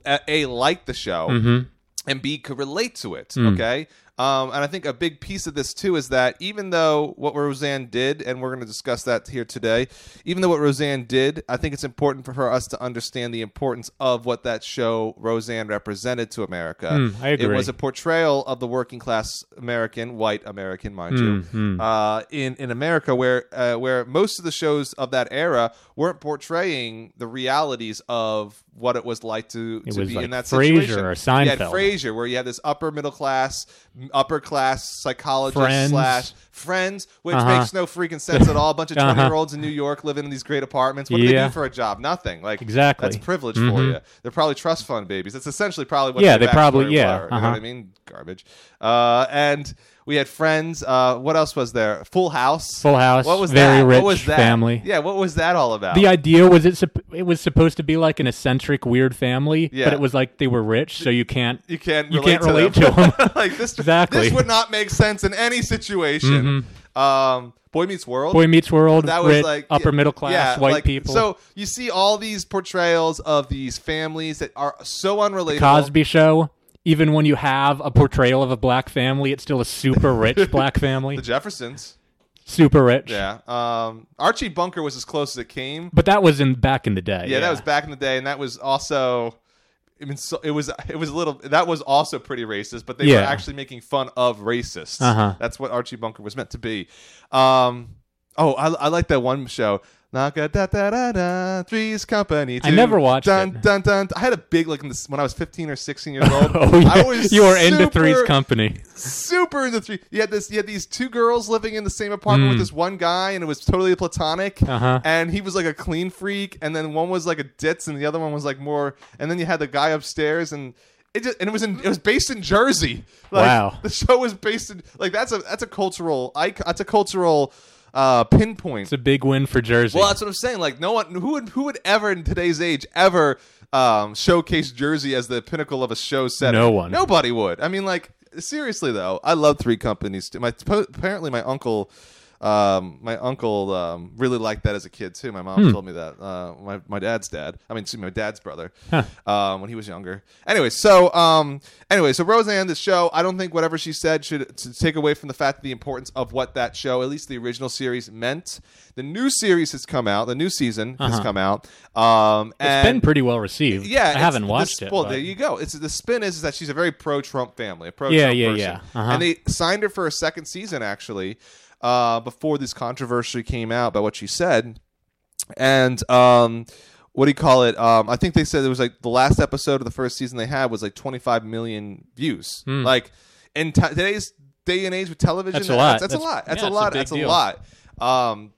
S1: a, a like the show, and B could relate to it.
S2: Hmm.
S1: Okay, um, and I think a big piece of this too is that even though what Roseanne did, and we're going to discuss that here today, even though what Roseanne did, I think it's important for us to understand the importance of what that show Roseanne represented to America.
S2: Hmm, I
S1: It
S2: agree.
S1: was a portrayal of the working class American, white American, mind
S2: Hmm,
S1: you, uh, in in America, where uh, where most of the shows of that era weren't portraying the realities of what it was like to,
S2: It
S1: to
S2: was
S1: be
S2: like
S1: in that
S2: Frasier
S1: situation.
S2: or
S1: You had
S2: Seinfeld.
S1: Frasier, where you had this upper middle class, m- upper class psychologist
S2: Friends.
S1: slash friends, which
S2: Uh-huh.
S1: makes no freaking sense at all. A bunch of 20
S2: Uh-huh.
S1: year olds in New York living in these great apartments. What do they
S2: Yeah.
S1: do for a job? Nothing. Like
S2: Exactly. Mm-hmm.
S1: that's privilege for you. They're probably trust fund babies. That's essentially probably what
S2: Yeah,
S1: their
S2: they probably-
S1: backstory
S2: yeah,
S1: were, you know
S2: uh-huh.
S1: what I mean? Garbage. Uh, and we had friends. Uh, what else was there? Full House.
S2: Full House,
S1: What was
S2: very
S1: that?
S2: rich
S1: what was that?
S2: family.
S1: Yeah, what was that all about?
S2: The idea was it sup- it was supposed to be like an eccentric, weird family,
S1: Yeah.
S2: but it was like they were rich, so you can't
S1: you can't
S2: you
S1: relate
S2: can't
S1: to
S2: relate
S1: them.
S2: to 'em.
S1: like this
S2: Exactly. Mm-hmm.
S1: this would not make sense in any situation. Um, Boy Meets World.
S2: Boy Meets World,
S1: that
S2: rich,
S1: was like
S2: upper
S1: yeah,
S2: middle class,
S1: yeah,
S2: white
S1: like,
S2: people.
S1: So you see all these portrayals of these families that are so unrelatable.
S2: Cosby Show. Even when you have a portrayal of a black family, it's still a super rich black family.
S1: the Jeffersons.
S2: super rich.
S1: Yeah. Um, Archie Bunker was as close as it came.
S2: But that was in back in the day.
S1: Yeah, that was back in the day, and that was also. I mean, so, it was it was a little that was also pretty racist, but they were
S2: Yeah.
S1: actually making fun of racists.
S2: Uh-huh.
S1: That's what Archie Bunker was meant to be. Um, oh, I, I like that one show. Naka da da da da. Three's Company.
S2: I
S1: Two.
S2: never watched
S1: dun,
S2: it.
S1: Dun, dun, I had a big like in this, when I was fifteen or sixteen years old.
S2: Oh yeah,
S1: I was
S2: you were into
S1: super-
S2: Three's Company.
S1: super into three. You had this. You had these two girls living in the same apartment with this one guy, and it was totally platonic.
S2: Mm. Uh-huh.
S1: And he was like a clean freak, and then one was like a ditz, and the other one was like more. And then you had the guy upstairs, and it just and it was in it was based in Jersey. Like,
S2: Wow.
S1: The show was based in like that's a that's a cultural icon. That's a cultural uh, pinpoint.
S2: It's a big win for Jersey.
S1: Well, that's what I'm saying. Like no one who would who would ever in today's age ever um, showcase Jersey as the pinnacle of a show set.
S2: No one.
S1: Nobody would. I mean, like seriously though, I love Three Companies. Too. My apparently my uncle. Um, my uncle um, really liked that as a kid too. My mom
S2: Hmm.
S1: told me that. Uh, my my dad's dad. I mean, excuse me, my dad's brother. Um, when he was younger. Anyway, so um, anyway, so Roseanne, this show. I don't think whatever she said should to take away from the fact the importance of what that show, at least the original series, meant. The new series has come out. The new season has come out. Um,
S2: Uh-huh. it's been
S1: and
S2: pretty well received.
S1: yeah,
S2: I
S1: it's-
S2: haven't
S1: the
S2: watched
S1: sp-
S2: it.
S1: Well,
S2: but-
S1: there you go. It's the spin is, is that she's a very pro Trump family, a pro
S2: Yeah,
S1: Trump
S2: yeah,
S1: person,
S2: yeah. Uh-huh.
S1: and they signed her for a second season actually uh, before this controversy came out by what she said, and um. What do you call it? Um, I think they said it was like the last episode of the first season they had was like 25 million views. Like in t- today's day and age with television,
S2: Hmm. That's a lot.
S1: That's, a
S2: That's-
S1: lot. That's
S2: yeah,
S1: a
S2: it's a
S1: lot.
S2: big
S1: That's a
S2: deal.
S1: lot. Um,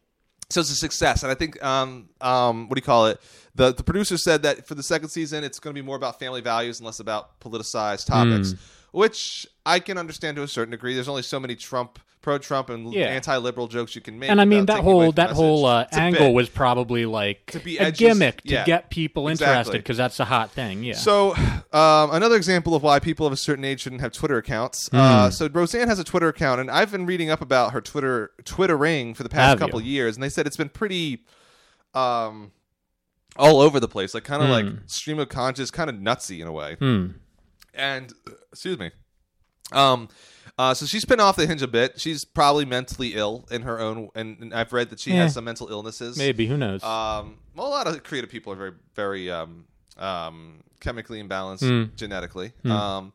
S1: so it's a success, and I think um, um, what do you call it? The the producer said that for the second season, it's going to be more about family values and less about politicized topics,
S2: Mm.
S1: which I can understand to a certain degree. There's only so many Trump, pro Trump, and
S2: Yeah.
S1: anti liberal jokes you can make.
S2: and I mean
S1: without
S2: that
S1: taking away
S2: whole
S1: from the
S2: that whole
S1: message.
S2: uh,
S1: It's a
S2: angle
S1: bit.
S2: was probably like
S1: be
S2: a
S1: edgy-
S2: gimmick to
S1: yeah.
S2: get people
S1: Exactly.
S2: interested because that's a hot thing. Yeah.
S1: So, um, another example of why people of a certain age shouldn't have Twitter accounts.
S2: Mm.
S1: Uh, so, Roseanne has a Twitter account, and I've been reading up about her Twitter Twittering for the past
S2: Have
S1: couple
S2: you?
S1: years, and they said it's been pretty, um, all over the place, like kind of like stream of conscious, kind of nutsy in a way.
S2: Hmm.
S1: And excuse me, um, uh, so she's been off the hinge a bit. She's probably mentally ill in her own, and, and I've read that she
S2: Eh.
S1: has some mental illnesses.
S2: Maybe who knows?
S1: Um, well, a lot of creative people are very, very um, um, chemically imbalanced genetically. Um,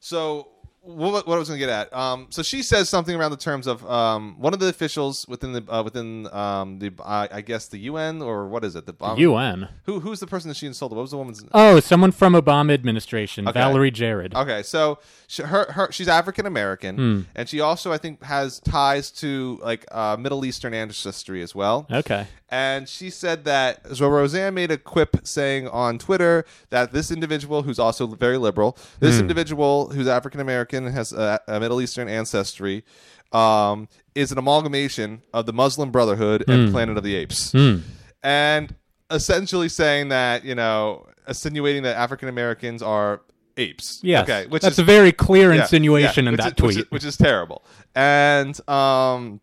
S1: so what, what I was going to get at? Um, so she says something around the terms of um, one of the officials within the uh, within um, the I, I guess the UN or what is it? The, um,
S2: UN.
S1: Who who's the person that she insulted? What was the woman's?
S2: Oh, someone from Obama administration, Valerie Jarrett.
S1: Okay, so she, her, her she's African American, and she also I think has ties to like uh, Middle Eastern ancestry as well.
S2: Okay.
S1: And she said that so Roseanne made a quip saying on Twitter that this individual who's also very liberal,
S2: Hmm.
S1: this individual who's African American and has a, a Middle Eastern ancestry, um, is an amalgamation of the Muslim Brotherhood
S2: Hmm.
S1: and Planet of the Apes, and essentially saying that you know, insinuating that African Americans are apes.
S2: Yes.
S1: Okay. Which
S2: That's
S1: is
S2: a very clear
S1: yeah,
S2: insinuation
S1: yeah,
S2: in
S1: which
S2: that
S1: is- which
S2: tweet.
S1: is- which is terrible. And um,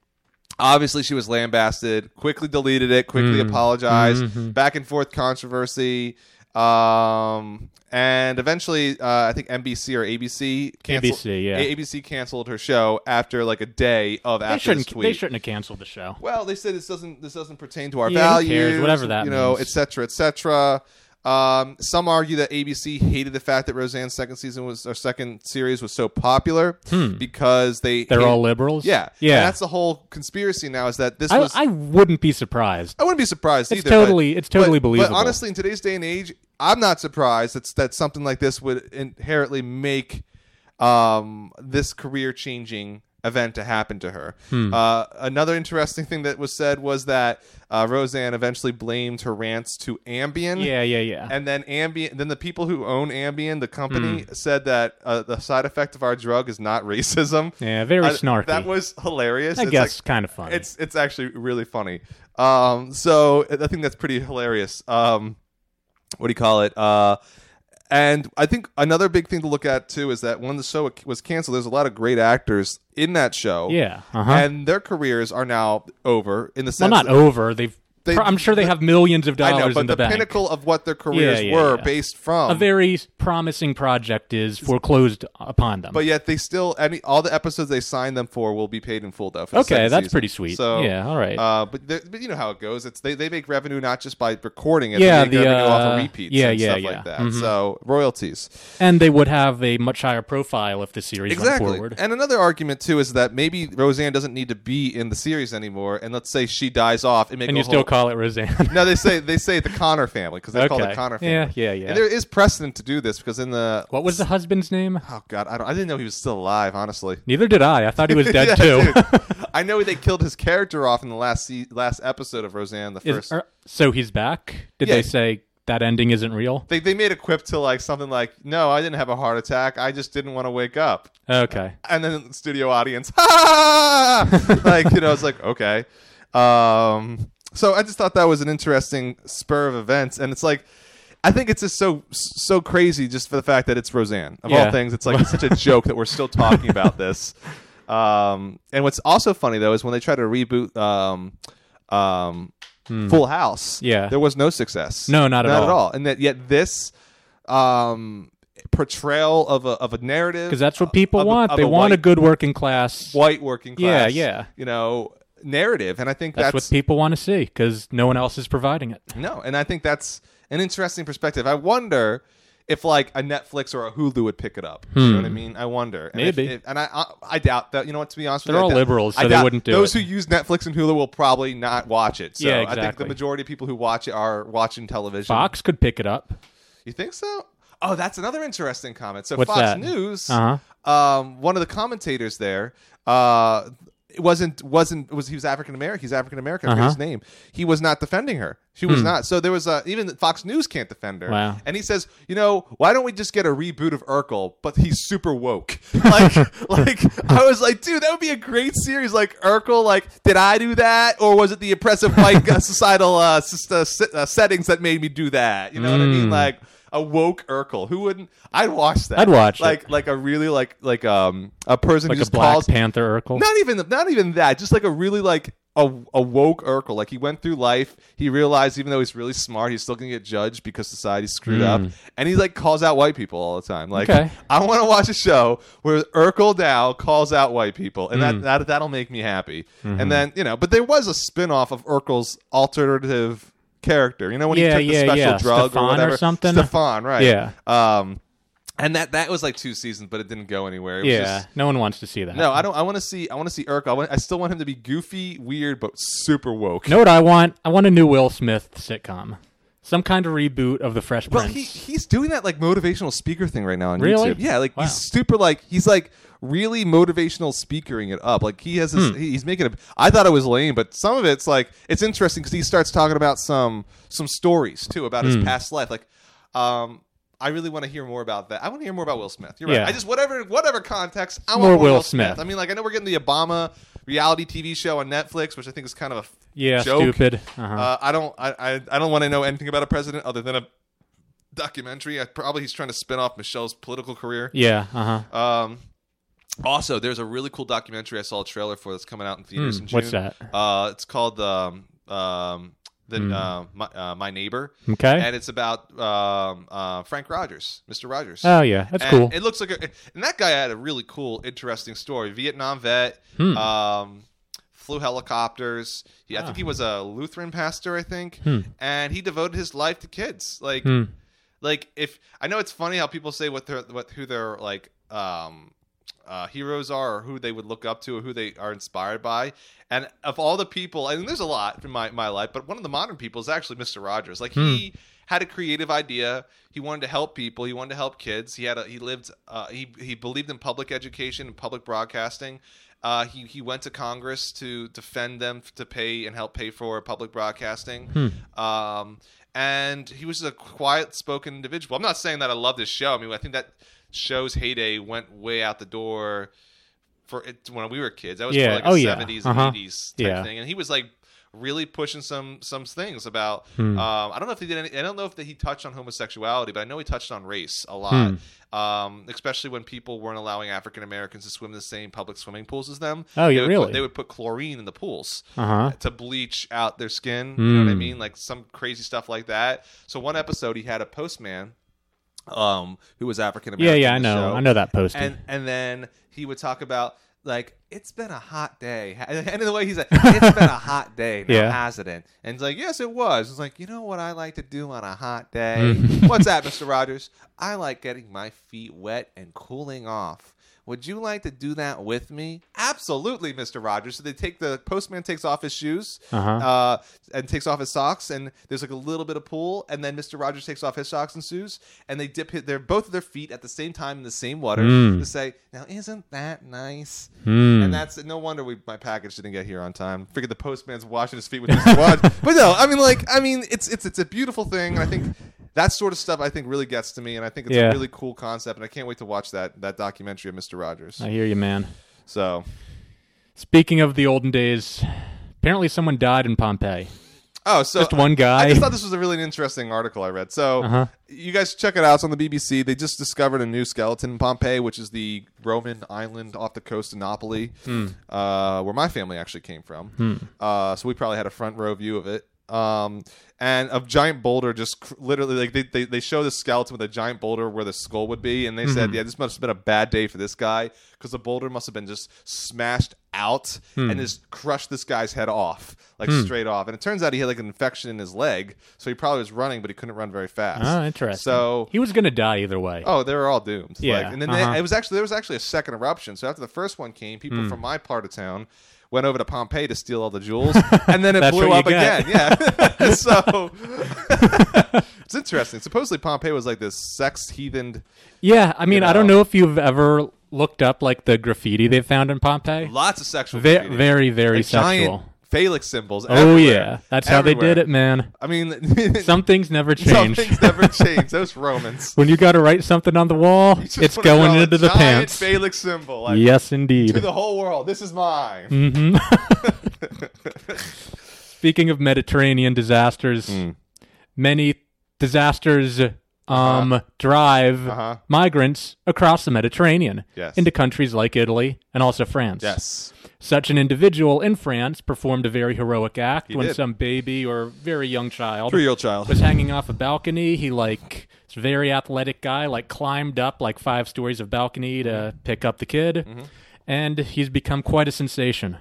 S1: obviously, she was lambasted. Quickly deleted it. Quickly
S2: Mm-hmm.
S1: apologized. Back and forth controversy. Um, and eventually, uh, I think NBC or ABC canceled.
S2: ABC, yeah.
S1: A- ABC canceled her show after like a day of
S2: they
S1: after this
S2: shouldn't.
S1: tweet.
S2: They shouldn't have canceled the show.
S1: Well, they said this doesn't this doesn't pertain to our
S2: Yeah, who
S1: values,
S2: cares? Whatever that
S1: you know,
S2: means.
S1: etc. etc. Um, some argue that ABC hated the fact that Roseanne's second season was or second series was so popular because they
S2: Hmm. They're
S1: hate-
S2: all liberals.
S1: yeah
S2: yeah.
S1: And that's the whole conspiracy now is that this
S2: I,
S1: was I,
S2: I wouldn't be surprised.
S1: wouldn't be surprised
S2: It's
S1: either. but-
S2: totally- it's totally
S1: but-
S2: believable.
S1: But honestly, in today's day and age, I'm not surprised that that something like this would inherently make um, this career changing event to happen to her.
S2: Hmm.
S1: Uh, another interesting thing that was said was that uh, Roseanne eventually blamed her rants to Ambien.
S2: Yeah, yeah, yeah.
S1: Uh, And then Ambien, then the people who own Ambien, the company,
S2: Hmm.
S1: said that uh, the side effect of our drug is not racism.
S2: Yeah, very
S1: Uh,
S2: snarky.
S1: That was hilarious.
S2: I
S1: It's
S2: guess
S1: like-
S2: kind of funny.
S1: it's it's actually really funny. Um, so I think that's pretty hilarious. Um, what do you call it? Uh, and I think another big thing to look at too is that when the show was canceled, there's a lot of great actors in that show.
S2: yeah. Uh-huh.
S1: And their careers are now over in the
S2: well,
S1: sense
S2: not
S1: that-
S2: over. They've.
S1: They-
S2: pro- I'm sure they have millions of
S1: I
S2: dollars
S1: know, but
S2: in the,
S1: the,
S2: bank.
S1: pinnacle of what their careers
S2: yeah,
S1: were
S2: yeah.
S1: based from
S2: a very promising project is foreclosed upon them.
S1: but yet they still any all the episodes they signed them for will be paid in full though. for the
S2: Okay,
S1: second
S2: that's
S1: season.
S2: pretty sweet.
S1: So
S2: Yeah, all right.
S1: Uh, but there- but you know how it goes. It's they, they make revenue not just by recording it.
S2: Yeah,
S1: they make
S2: the,
S1: revenue off
S2: uh,
S1: of repeats.
S2: yeah,
S1: and
S2: yeah,
S1: stuff
S2: yeah. Mm-hmm.
S1: like that. So royalties
S2: and they would have a much higher profile if the series went
S1: exactly.
S2: forward.
S1: And another argument too is that maybe Roseanne doesn't need to be in the series anymore. And let's say she dies off, and make
S2: and
S1: a
S2: you still
S1: whole-
S2: call it Roseanne.
S1: no, they say they say the Connor family because they call it
S2: Okay.
S1: the Connor family.
S2: Yeah, yeah, yeah.
S1: And there is precedent to do this because in the
S2: what was the husband's name?
S1: oh god, I don't, I didn't know he was still alive. Honestly,
S2: Neither did I. I thought he was dead
S1: Yeah,
S2: too.
S1: dude. I know they killed his character off in the last se- last episode of Roseanne. The
S2: Is-
S1: first,
S2: er, so he's back. Did
S1: Yeah.
S2: they say that ending isn't real?
S1: they they made a quip to like something like, "No, I didn't have a heart attack. I just didn't want to wake up."
S2: Okay.
S1: And then the studio audience, "Ah!" like you know, it's like okay. Um, so I just thought that was an interesting spur of events, and it's like. I think it's just so so crazy just for the fact that it's Roseanne of all
S2: Yeah.
S1: things. It's like it's such a joke that we're still talking about this. Um, and what's also funny though is when they try to reboot um, um, Full House,
S2: Hmm. Yeah.
S1: there was no success.
S2: No, not at
S1: not at
S2: all.
S1: all. And that yet this um, portrayal of a of a narrative
S2: Because that's what people
S1: of a-
S2: want.
S1: of
S2: they
S1: a
S2: want
S1: Uh,
S2: a
S1: white-
S2: good working class.
S1: white working class,
S2: Yeah, yeah.
S1: you know, narrative. And I think that's,
S2: that's, what people want to see because no one else is providing it.
S1: no, and I think that's an interesting perspective. I wonder if like a Netflix or a Hulu would pick it up. You know what I mean? I wonder. And if-
S2: Hmm. Maybe.
S1: if- and I, I I doubt that. You know what? To be honest, with you,
S2: They're
S1: I
S2: all
S1: doubt-
S2: liberals, so
S1: I
S2: they
S1: doubt
S2: wouldn't do
S1: Those
S2: it.
S1: who use Netflix and Hulu will probably not watch it. So
S2: Yeah,
S1: I think the
S2: exactly.
S1: majority of people who watch it are watching television.
S2: Fox could pick it up.
S1: You think so? Oh, that's another interesting comment. So
S2: What's
S1: Fox
S2: that?
S1: News,
S2: Uh-huh.
S1: um, one of the commentators there, uh, it wasn't wasn't was he was African American. He's African American.
S2: Uh-huh. Hmm.
S1: His name. He was not defending her. She was not. So there was a, even Fox News can't defend her.
S2: Wow.
S1: And he says, you know, why don't we just get a reboot of Urkel? But he's super woke. Like, like I was like, dude, that would be a great series. Like Urkel. Like, did I do that, or was it the oppressive white uh, societal uh, sys- uh, si- uh, settings that made me do that? You know what I mean? Like a woke Urkel. Who wouldn't? I'd watch that.
S2: Mm. I'd watch it.
S1: Like, like a really like like um a person
S2: Like
S1: who
S2: a
S1: just
S2: Black
S1: calls
S2: Panther Urkel.
S1: not even not even that just like a really like a, a woke Urkel like he went through life he realized even though he's really smart he's still gonna get judged because society's screwed up and he like calls out white people all the time like
S2: Hmm. Okay.
S1: I want to watch a show where Urkel now calls out white people and
S2: Hmm.
S1: that, that that'll make me happy and then you know but there was a spin off of Urkel's alternative character you know when he
S2: Yeah,
S1: took the
S2: yeah,
S1: special
S2: yeah.
S1: drug
S2: Stefan
S1: or
S2: or
S1: whatever
S2: something?
S1: Stefan right
S2: Yeah.
S1: um and that that was like two seasons but it didn't go anywhere it was
S2: yeah,
S1: just-
S2: no one wants to see that.
S1: no, I don't. I want to see. I want to see Urkel. I, want, I still want him to be goofy, weird, but super woke.
S2: You know what I want? I want a new Will Smith sitcom, some kind of reboot of The Fresh
S1: but
S2: Prince.
S1: he he's doing that like motivational speaker thing right now on
S2: Really?
S1: YouTube. Yeah, like
S2: Wow.
S1: he's super. Like he's like really motivational speakering it up. Like he has. This,
S2: Hmm.
S1: he- He's making a. I thought it was lame, but some of it's like it's interesting because he starts talking about some some stories too about
S2: Hmm.
S1: his past life. Like, um. I really want to hear more about that. I want to hear more about Will Smith. You're right.
S2: Yeah.
S1: I just whatever whatever context. I want
S2: More
S1: more,
S2: Will
S1: Smith.
S2: Smith.
S1: I mean, like I know we're getting the Obama reality TV show on Netflix, which I think is kind of a f-
S2: Yeah,
S1: joke.
S2: stupid. Uh-huh.
S1: Uh, I don't. I, I, I don't want to know anything about a president other than a documentary. I, probably he's trying to spin off Michelle's political career.
S2: yeah, uh huh.
S1: Um, also, there's a really cool documentary I saw a trailer for that's coming out in theaters in June.
S2: Hmm, Mm, what's that? Hmm.
S1: Uh, it's called um, um, the uh, my, uh, my neighbor,
S2: Okay.
S1: and it's about um, uh, Frank Rogers, Mr. Rogers.
S2: oh yeah, that's
S1: And
S2: cool.
S1: It looks like, a, and that guy had a really cool, interesting story. Vietnam vet,
S2: Hmm.
S1: um, flew helicopters. He, I
S2: Ah.
S1: think he was a Lutheran pastor, I think, and he devoted his life to kids. Like,
S2: Hmm.
S1: like if I know it's funny how people say what their what who their like um uh, heroes are or who they would look up to or who they are inspired by and of all the people and there's a lot in my, my life but one of the modern people is actually mr rogers like he had a creative idea he wanted to help people he wanted to help kids he had a he lived uh, he, he believed in public education and public broadcasting uh, he, he went to congress to defend them to pay and help pay for public broadcasting um, and he was a quiet spoken individual. I'm not saying that I love this show. I mean, I think that show's heyday went way out the door for it when we were kids. That was
S2: Yeah.
S1: more like
S2: Oh,
S1: a
S2: yeah.
S1: 70s
S2: Uh-huh.
S1: and 80s type
S2: Yeah.
S1: thing. And he was like really pushing some some things about.
S2: Hmm.
S1: Um, I don't know if he did. Any, I don't know if that he touched on homosexuality, but I know he touched on race a lot,
S2: Hmm.
S1: um, especially when people weren't allowing African Americans to swim in the same public swimming pools as them.
S2: Oh,
S1: they
S2: yeah,
S1: would
S2: really?
S1: Put, they would put chlorine in the pools
S2: Uh huh.
S1: to bleach out their skin. You know what I
S2: Mm.
S1: mean? Like some crazy stuff like that. So one episode, he had a postman, um, who was African
S2: Yeah,
S1: American.
S2: yeah, I
S1: in the
S2: know.
S1: show.
S2: I know that posting.
S1: And and then he would talk about like it's been a hot day, and in the way he's like, it's been a hot day, now,
S2: Yeah.
S1: hasn't it? And he's like, yes, it was. It's like you know what I like to do on a hot day.
S2: Mm-hmm.
S1: What's that, Mister Rogers? I like getting my feet wet and cooling off. Would you like to do that with me? Absolutely, Mr. Rogers. So they take the postman takes off his shoes
S2: Uh-huh.
S1: uh, and takes off his socks, and there's like a little bit of pool, and then Mr. Rogers takes off his socks and shoes, and they dip hit their both of their feet at the same time in the same water
S2: Mm.
S1: to say, "Now isn't that nice?"
S2: Hmm.
S1: And that's no wonder we my package didn't get here on time. Figured the postman's washing his feet with his watch, but no, I mean like I mean it's it's it's a beautiful thing, and I think. That sort of stuff I think really gets to me, and I think it's
S2: Yeah.
S1: a really cool concept, and I can't wait to watch that that documentary of Mister Rogers.
S2: I hear you, man.
S1: So
S2: Speaking of the olden days, apparently someone died in Pompeii.
S1: Oh, so
S2: Just one
S1: I
S2: guy.
S1: just thought this was a really interesting article I read. So
S2: Uh-huh.
S1: you guys check it out. It's on the BBC. They just discovered a new skeleton in Pompeii, which is the Roman island off the coast of Napoli,
S2: Hmm.
S1: uh, where my family actually came from. Uh, so we probably had a front row view of it. Um, and a giant boulder just cr- literally like they, they, they show the skeleton with a giant boulder where the skull would be, and they said, yeah, this must have been a bad day for this guy because the boulder must have been just smashed out and just crushed this guy's head off, like straight off. And it turns out he had like an infection in his leg, so he probably was running, but he couldn't run very fast.
S2: Oh, interesting.
S1: So
S2: He was gonna die either way.
S1: oh, they were all doomed.
S2: Yeah,
S1: Like, and then
S2: uh-huh. Hmm.
S1: they, it was actually there was actually a second eruption. So after the first one came, people from my part of town went over to Pompeii to steal all the jewels, and then it
S2: That's
S1: blew up
S2: what you get.
S1: again. Yeah. so it's interesting. Supposedly Pompeii was like this sex heathen.
S2: Yeah, I mean,
S1: know.
S2: I don't know if you've ever looked up like the graffiti they found in Pompeii.
S1: Lots of sexual.
S2: Ve-
S1: graffiti.
S2: very, very
S1: Like
S2: sexual.
S1: Giant phallic symbols.
S2: Oh
S1: everywhere.
S2: yeah, that's how they did
S1: Everywhere.
S2: it, man.
S1: I mean,
S2: Some things never
S1: some
S2: change.
S1: things never change. Those Romans.
S2: when you got to write something on the wall,
S1: Just
S2: it's
S1: wanna draw
S2: going
S1: a
S2: into the
S1: giant
S2: pants.
S1: Phallic symbol. Like,
S2: Yes, indeed.
S1: To the whole world, this is mine.
S2: Mm. Speaking of Mediterranean disasters,
S1: Hmm.
S2: many disasters um, drive
S1: Uh-huh.
S2: migrants across the Mediterranean
S1: Yes.
S2: into countries like Italy and also France.
S1: Yes.
S2: Such an individual in France performed a very heroic act when
S1: did.
S2: some baby or very young child
S1: Three year old child.
S2: was hanging off a balcony. He like this very athletic guy like climbed up like five stories of balcony to
S1: Mm-hmm.
S2: pick up the kid, and he's become quite a sensation.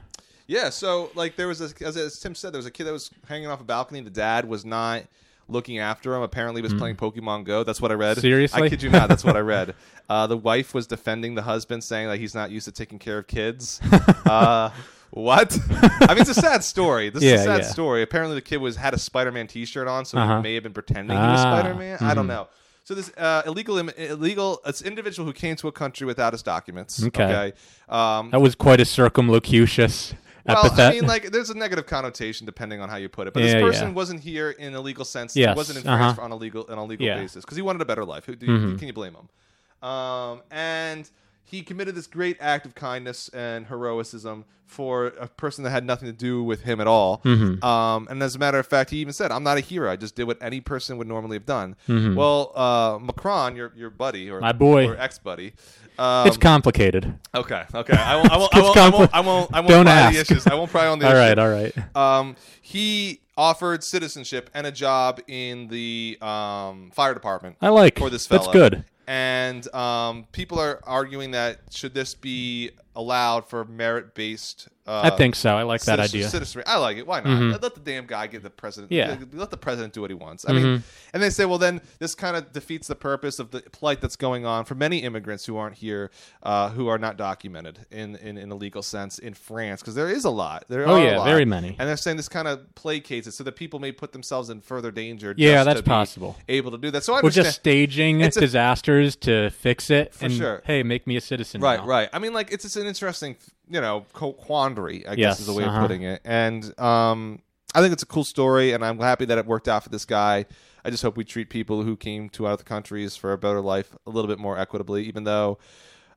S1: Yeah, so like there was a, as, as Tim said, there was a kid that was hanging off a balcony. The dad was not looking after him. Apparently, he was playing Pokemon Go. That's what I read. I
S2: Hmm. Seriously?
S1: kid you not. That's what I read. Uh, the wife was defending the husband, saying that he's not used to taking care of kids. uh, what? I mean, it's a sad story. This is
S2: Yeah,
S1: a sad
S2: yeah.
S1: story. Apparently, the kid was had a Spider-Man T-shirt on, so
S2: Uh-huh.
S1: he may have been pretending he was
S2: Ah,
S1: Spider-Man. I don't know. So this uh, illegal, im- illegal, it's an individual who came to a country without his documents.
S2: Okay.
S1: Um,
S2: That was quite a circumlocutious
S1: well,
S2: epithet.
S1: I mean, like, there's a negative connotation depending on how you put it. But
S2: Yeah,
S1: this person
S2: yeah.
S1: wasn't here in a legal sense. He
S2: Yes,
S1: wasn't in
S2: uh-huh.
S1: France on a legal, on a legal
S2: Yeah. Mm-hmm.
S1: basis because he wanted a better life. Who do you, can you blame him? Um, and he committed this great act of kindness and heroicism for a person that had nothing to do with him at all.
S2: Mm-hmm.
S1: Um, and as a matter of fact, he even said, "I'm not a hero. I just did what any person would normally have done." Well, uh, Macron, your your buddy or
S2: Mm-hmm. My boy.
S1: or ex buddy, um,
S2: It's complicated.
S1: Okay, okay. I won't. I won't. I
S2: It's
S1: won't. I won't. I won't, I won't
S2: Don't
S1: pry
S2: ask.
S1: the issues. I won't pry on the.
S2: All
S1: issue.
S2: right, all right.
S1: Um, he offered citizenship and a job in the um, fire department
S2: I like.
S1: for this fellow.
S2: That's good.
S1: And um, people are arguing that should this be allowed for merit based? Uh,
S2: I think so. I like that
S1: citizen-
S2: idea. Mm-hmm.
S1: citizenry. I like it. Why not? Let the damn guy get the president.
S2: Yeah. Mm-hmm.
S1: Let the president do what he wants. I mean, and they say, well, then this kind of defeats the purpose of the plight that's going on for many immigrants who aren't here, uh, who are not documented in, in, in a legal sense in France, because there is a lot. There
S2: Oh,
S1: are a
S2: yeah,
S1: lot.
S2: very many.
S1: And they're saying this kind of placates it so that people may put themselves in further danger.
S2: Yeah,
S1: just
S2: that's
S1: to be
S2: possible.
S1: Able to do that. So I
S2: We're
S1: understand.
S2: just staging
S1: It's a-
S2: disasters to fix it. and,
S1: sure.
S2: Hey, make me a citizen.
S1: Right,
S2: now.
S1: right. I mean, like it's it's an interesting, you know, co- quandary. I
S2: Yes,
S1: guess is the way
S2: uh-huh.
S1: of putting it. And um, I think it's a cool story, and I'm happy that it worked out for this guy. I just hope we treat people who came to other countries for a better life a little bit more equitably, even though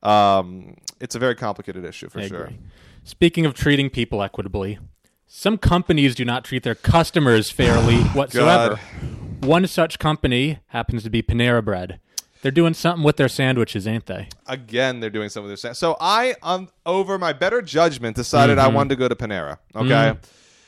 S1: um, it's a very complicated issue for
S2: I
S1: sure.
S2: agree. Speaking of treating people equitably, some companies do not treat their customers fairly whatsoever. One such company happens to be Panera Bread. They're doing something with their sandwiches, ain't they?
S1: Again, they're doing some of this. So I, um, over my better judgment, decided
S2: Mm-hmm.
S1: I wanted to go to Panera. Okay.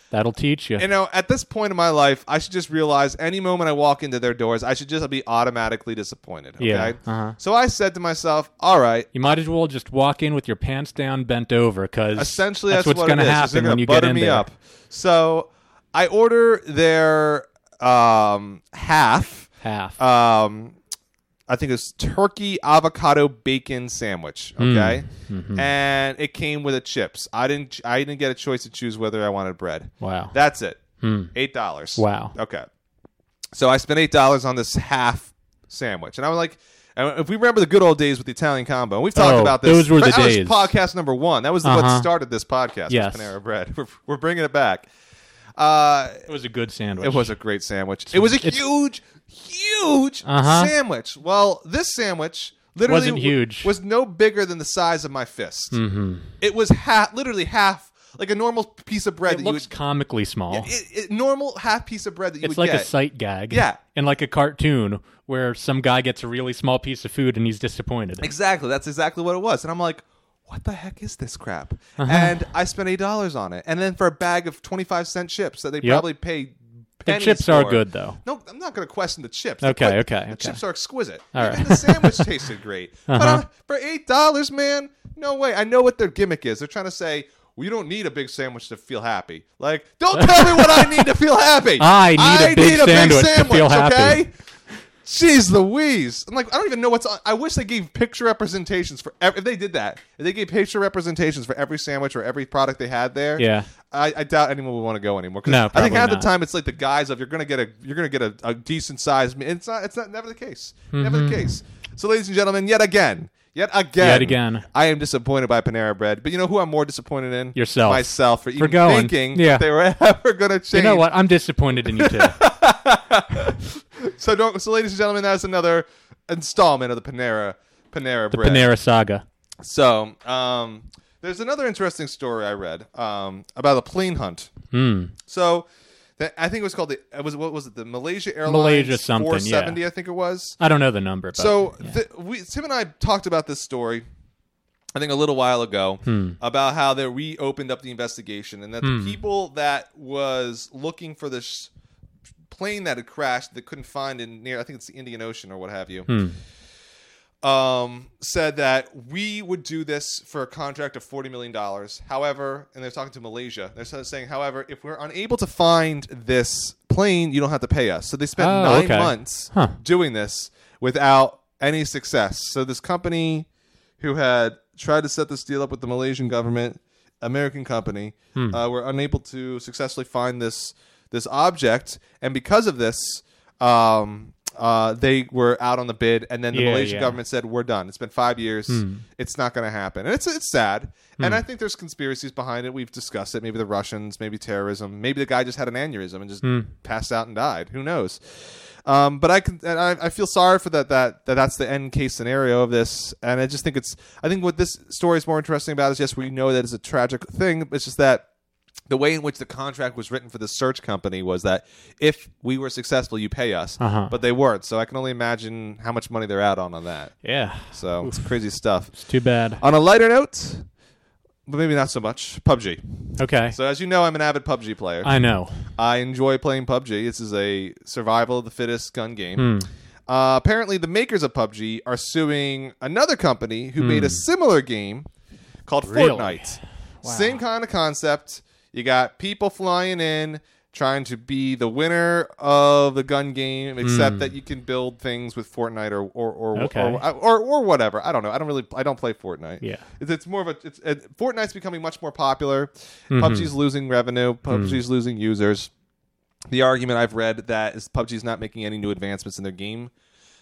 S2: That'll teach you.
S1: you know, at this point in my life, I should just realize any moment I walk into their doors, I should just be automatically disappointed. Okay?
S2: Yeah, uh-huh.
S1: So I said to myself, all right.
S2: you might as well just walk in with your pants down, bent over, because
S1: Essentially,
S2: that's,
S1: that's,
S2: what's
S1: what
S2: going to
S1: it is, is
S2: happen
S1: They're
S2: when
S1: to
S2: you
S1: butter
S2: get in
S1: me
S2: there.
S1: up. So I order their um, half.
S2: Half.
S1: Um, I think it's turkey avocado bacon sandwich.
S2: Hmm.
S1: Okay,
S2: Mm-hmm.
S1: and it came with a chips. I didn't. I didn't get a choice to choose whether I wanted bread.
S2: wow.
S1: That's it. Eight dollars.
S2: Hmm. Wow.
S1: Okay. So I spent eight dollars on this half sandwich, and I was like, and if we remember the good old days with the Italian combo, and we've talked
S2: Oh,
S1: about this.
S2: those were the
S1: that was
S2: days.
S1: podcast number one. That was what
S2: Uh-huh.
S1: started this podcast. was
S2: Yes.
S1: Panera Bread. We're, we're bringing it back. Uh,
S2: It was a good sandwich.
S1: it was a great sandwich. It was a
S2: It's-
S1: huge, huge
S2: Uh-huh.
S1: sandwich. Well, this sandwich literally
S2: Wasn't
S1: w-
S2: huge. Mm-hmm.
S1: Was no bigger than the size of my fist. It was half, literally half, like a normal piece of bread
S2: It
S1: that you would
S2: looks comically small.
S1: it, it, normal half piece of bread that you
S2: it's
S1: would
S2: like
S1: get.
S2: a sight gag.
S1: Yeah.
S2: And like a cartoon where some guy gets a really small piece of food and he's disappointed.
S1: Exactly. That's exactly what it was. And I'm like, what the heck is this crap?
S2: Uh-huh.
S1: And I spent eight dollars on it, and then for a bag of twenty five cent chips that they
S2: Yep.
S1: probably pay.
S2: The
S1: pennies
S2: chips are
S1: for.
S2: good though.
S1: No, I'm not going to question the chips.
S2: Okay,
S1: They're
S2: okay,
S1: The
S2: okay.
S1: chips are exquisite.
S2: All
S1: Even
S2: right. Uh-huh.
S1: the sandwich tasted great. But uh, for eight dollars, man, no way. I know what their gimmick is. They're trying to say. Well, you don't need a big sandwich to feel happy. Like, don't tell me what I need to feel happy.
S2: I need a big sandwich to feel happy.
S1: Okay? Jeez Louise! I'm like, I don't even know what's on. I wish they gave picture representations for every. If they did that, if they gave picture representations for every sandwich or every product they had there,
S2: Yeah.
S1: I, I doubt anyone would want to go anymore. 'Cause
S2: No,
S1: I think
S2: probably
S1: half
S2: not.
S1: the time it's like the guise of you're gonna get a you're gonna get a, a decent size. me- It's not. It's not never the case. Never the case. So, ladies and gentlemen, yet again, yet again,
S2: Mm-hmm. Yet again.
S1: I am disappointed by Panera Bread. But you know who I'm more disappointed in?
S2: Yourself.
S1: myself, for even
S2: going.
S1: thinking
S2: Yeah.
S1: they were ever gonna change.
S2: You know what? I'm disappointed in you too.
S1: So don't. So, ladies and gentlemen, that's another installment of the Panera Panera Bread.
S2: Panera Saga.
S1: So, um, there's another interesting story I read um, about a plane hunt.
S2: Hmm.
S1: So, that, I think it was called the it was what was it the Malaysia Airlines
S2: Malaysia something, yeah.
S1: 470, I think it was.
S2: I don't know the number, but
S1: So, th- we, Tim and I talked about this story. I think a little while ago
S2: Hmm.
S1: about how they reopened up the investigation and that the people that was looking for this plane that had crashed that couldn't find in near I think it's the Indian Ocean or what have you
S2: Hmm.
S1: um, said that we would do this for a contract of $40 million. However, and they're talking to Malaysia, they're sort of saying, however, if we're unable to find this plane, you don't have to pay us. So they spent
S2: Oh,
S1: nine
S2: okay.
S1: months
S2: Huh.
S1: doing this without any success. So this company who had tried to set this deal up with the Malaysian government, American company,
S2: Hmm.
S1: uh, were unable to successfully find this this object, and because of this, um, uh, they were out on the bid, and then the
S2: Yeah,
S1: Malaysian
S2: yeah. Hmm.
S1: government said, "We're done. It's been five years. It's not going to happen." And it's it's sad, and I think there's conspiracies behind it. We've discussed it. Maybe the Russians, maybe terrorism, maybe the guy just had an aneurysm and just
S2: Hmm.
S1: passed out and died. Who knows? Um, but I can, and I, I feel sorry for that, that that that's the end case scenario of this, and I just think it's I think what this story is more interesting about is yes, we know that it's a tragic thing. But it's just that the way in which the contract was written for the search company was that if we were successful, you pay us,
S2: Uh-huh.
S1: but they weren't. So I can only imagine how much money they're out on on that.
S2: Yeah.
S1: So it's crazy stuff.
S2: It's too bad.
S1: On a lighter note, but maybe not so much, PUBG.
S2: Okay.
S1: So as you know, I'm an avid PUBG player.
S2: I know.
S1: I enjoy playing PUBG. This is a survival of the fittest gun game.
S2: Hmm.
S1: Uh, apparently, the makers of PUBG are suing another company who made a similar game called
S2: Hmm. Really?
S1: Fortnite. Same kind of concept. You got people flying in trying to be the winner of the gun game, except that you can build things with Fortnite or or or,
S2: Hmm. Okay.
S1: or, or or whatever. I don't know. I don't really. I don't play Fortnite.
S2: Yeah.
S1: it's, it's more of a. It's, uh Fortnite's becoming much more popular.
S2: Mm-hmm.
S1: PUBG's losing revenue. PUBG's
S2: Mm.
S1: losing users the argument I've read that is PUBG's not making any new advancements in their game.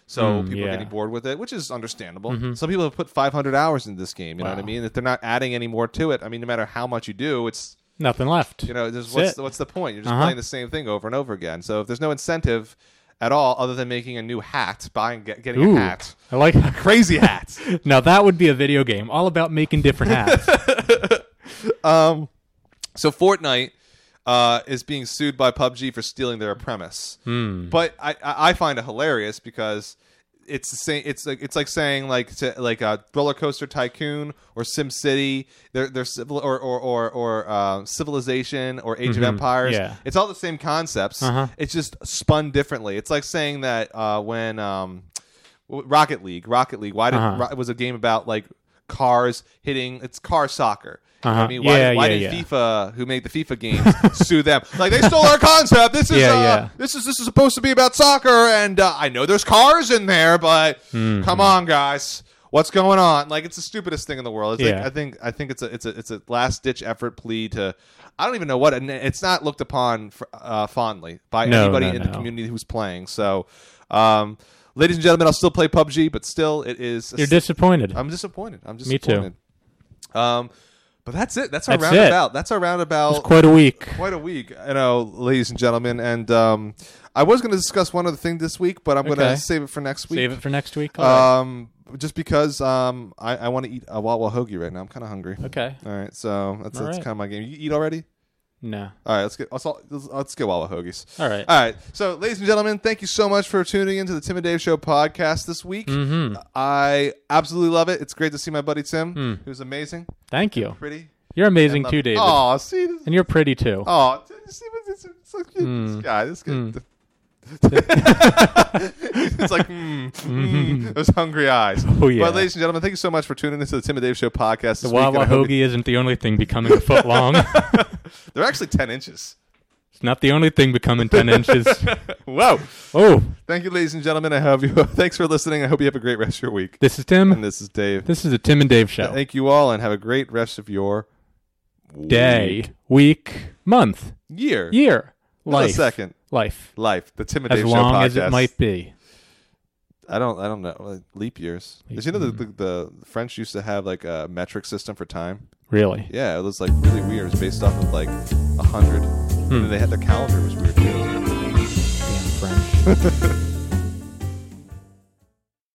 S1: So
S2: Hmm,
S1: people are
S2: yeah. Mm-hmm.
S1: getting bored with it, which is understandable. Some people have put 500 hours into this game. You know what I
S2: Wow.
S1: mean? If they're not adding any more to it, I mean, no matter how much you do, it's
S2: Nothing left.
S1: you know, there's, what's
S2: it.
S1: the, what's the point? You're just
S2: Uh-huh.
S1: playing the same thing over and over again. So if there's no incentive at all, other than making a new hat, buying get, getting
S2: Ooh.
S1: a hat,
S2: I like
S1: crazy hat.
S2: Now that would be a video game all about making different hats.
S1: Um, so Fortnite uh, is being sued by PUBG for stealing their premise,
S2: Hmm.
S1: but I, I I find it hilarious because it's the same. It's like it's like saying like to, like uh, roller coaster tycoon or Sim City, they're, they're civil or or or, or uh, Civilization or Age of Empires.
S2: Mm-hmm. yeah.
S1: It's all the same concepts.
S2: Uh-huh.
S1: It's just spun differently. It's like saying that uh, when um, w- Rocket League, Rocket League, why did
S2: Uh-huh.
S1: Ro- was a game about like cars hitting? It's car soccer. You know what
S2: Uh-huh.
S1: I mean, why,
S2: Yeah,
S1: did- why
S2: yeah,
S1: did
S2: yeah.
S1: FIFA, who made the FIFA games, sue them? Like they stole our concept. This is
S2: Yeah,
S1: uh,
S2: yeah.
S1: this is this is supposed to be about soccer, and uh, I know there's cars in there, but
S2: Hmm.
S1: come on, guys, what's going on? Like it's the stupidest thing in the world. It's like,
S2: Yeah.
S1: I think I think it's a it's a it's a last ditch effort plea to. I don't even know what, and it's not looked upon fr- uh, fondly by
S2: No,
S1: anybody
S2: no,
S1: in the
S2: no.
S1: community who's playing. So, um, ladies and gentlemen, I'll still play PUBG, but still, it is.
S2: You're disappointed.
S1: I'm disappointed. I'm
S2: Me too.
S1: disappointed. Um, but that's it. That's our
S2: That's it.
S1: roundabout. That's our roundabout.
S2: it's quite a week.
S1: quite a week, you know, ladies and gentlemen. And um, I was going to discuss one other thing this week, but I'm going
S2: Okay.
S1: to save it for next week.
S2: Save it for next week. All
S1: Um, just because um, I, I want to eat a Wawa hoagie right now. I'm kind of hungry.
S2: right. Okay.
S1: All right, so that's,
S2: All
S1: that's
S2: right.
S1: kind of my game. You eat already?
S2: No.
S1: All right, let's get let's, all- let's, let's get Wawa hoagies.
S2: All right.
S1: All right. So, ladies and gentlemen, thank you so much for tuning into the Tim and Dave Show podcast this week.
S2: Mm-hmm.
S1: I absolutely love it. It's great to see my buddy Tim,
S2: Hmm.
S1: who's amazing,
S2: Thank you.
S1: pretty.
S2: You're amazing too, David.
S1: Oh, see, this,
S2: And Hmm. you're pretty too.
S1: oh, see, this, this, this, this guy, this guy. it's like, mm, mm, those hungry eyes.
S2: Mm-hmm. Oh, yeah.
S1: But, ladies and gentlemen, thank you so much for tuning into the Tim and Dave Show podcast. This
S2: the
S1: week, and
S2: Wawa
S1: I hope you-
S2: hoagie isn't the only thing becoming a foot long. it's
S1: They're actually ten inches.
S2: not the only thing becoming 10 inches.
S1: Whoa!
S2: Oh,
S1: Thank you, ladies and gentlemen. I hope you. Thanks for listening. I hope you have a great rest of your week.
S2: this is Tim.
S1: And this is Dave.
S2: This is a Tim and Dave show.
S1: Thank you all, and have a great rest of your
S2: Day,
S1: week,
S2: week, month,
S1: year,
S2: year,
S1: Not a
S2: life,
S1: second
S2: life,
S1: life. The Tim and
S2: as
S1: Dave
S2: long
S1: Show podcast.
S2: as it might be.
S1: I don't. I don't know. Like, leap years. Did you know that the, the French used to have like a metric system for time?
S2: Really?
S1: Yeah, it was like really weird. It was based off of like
S2: Hmm.
S1: a hundred. And then they had their calendar was weird too.
S2: Damn French.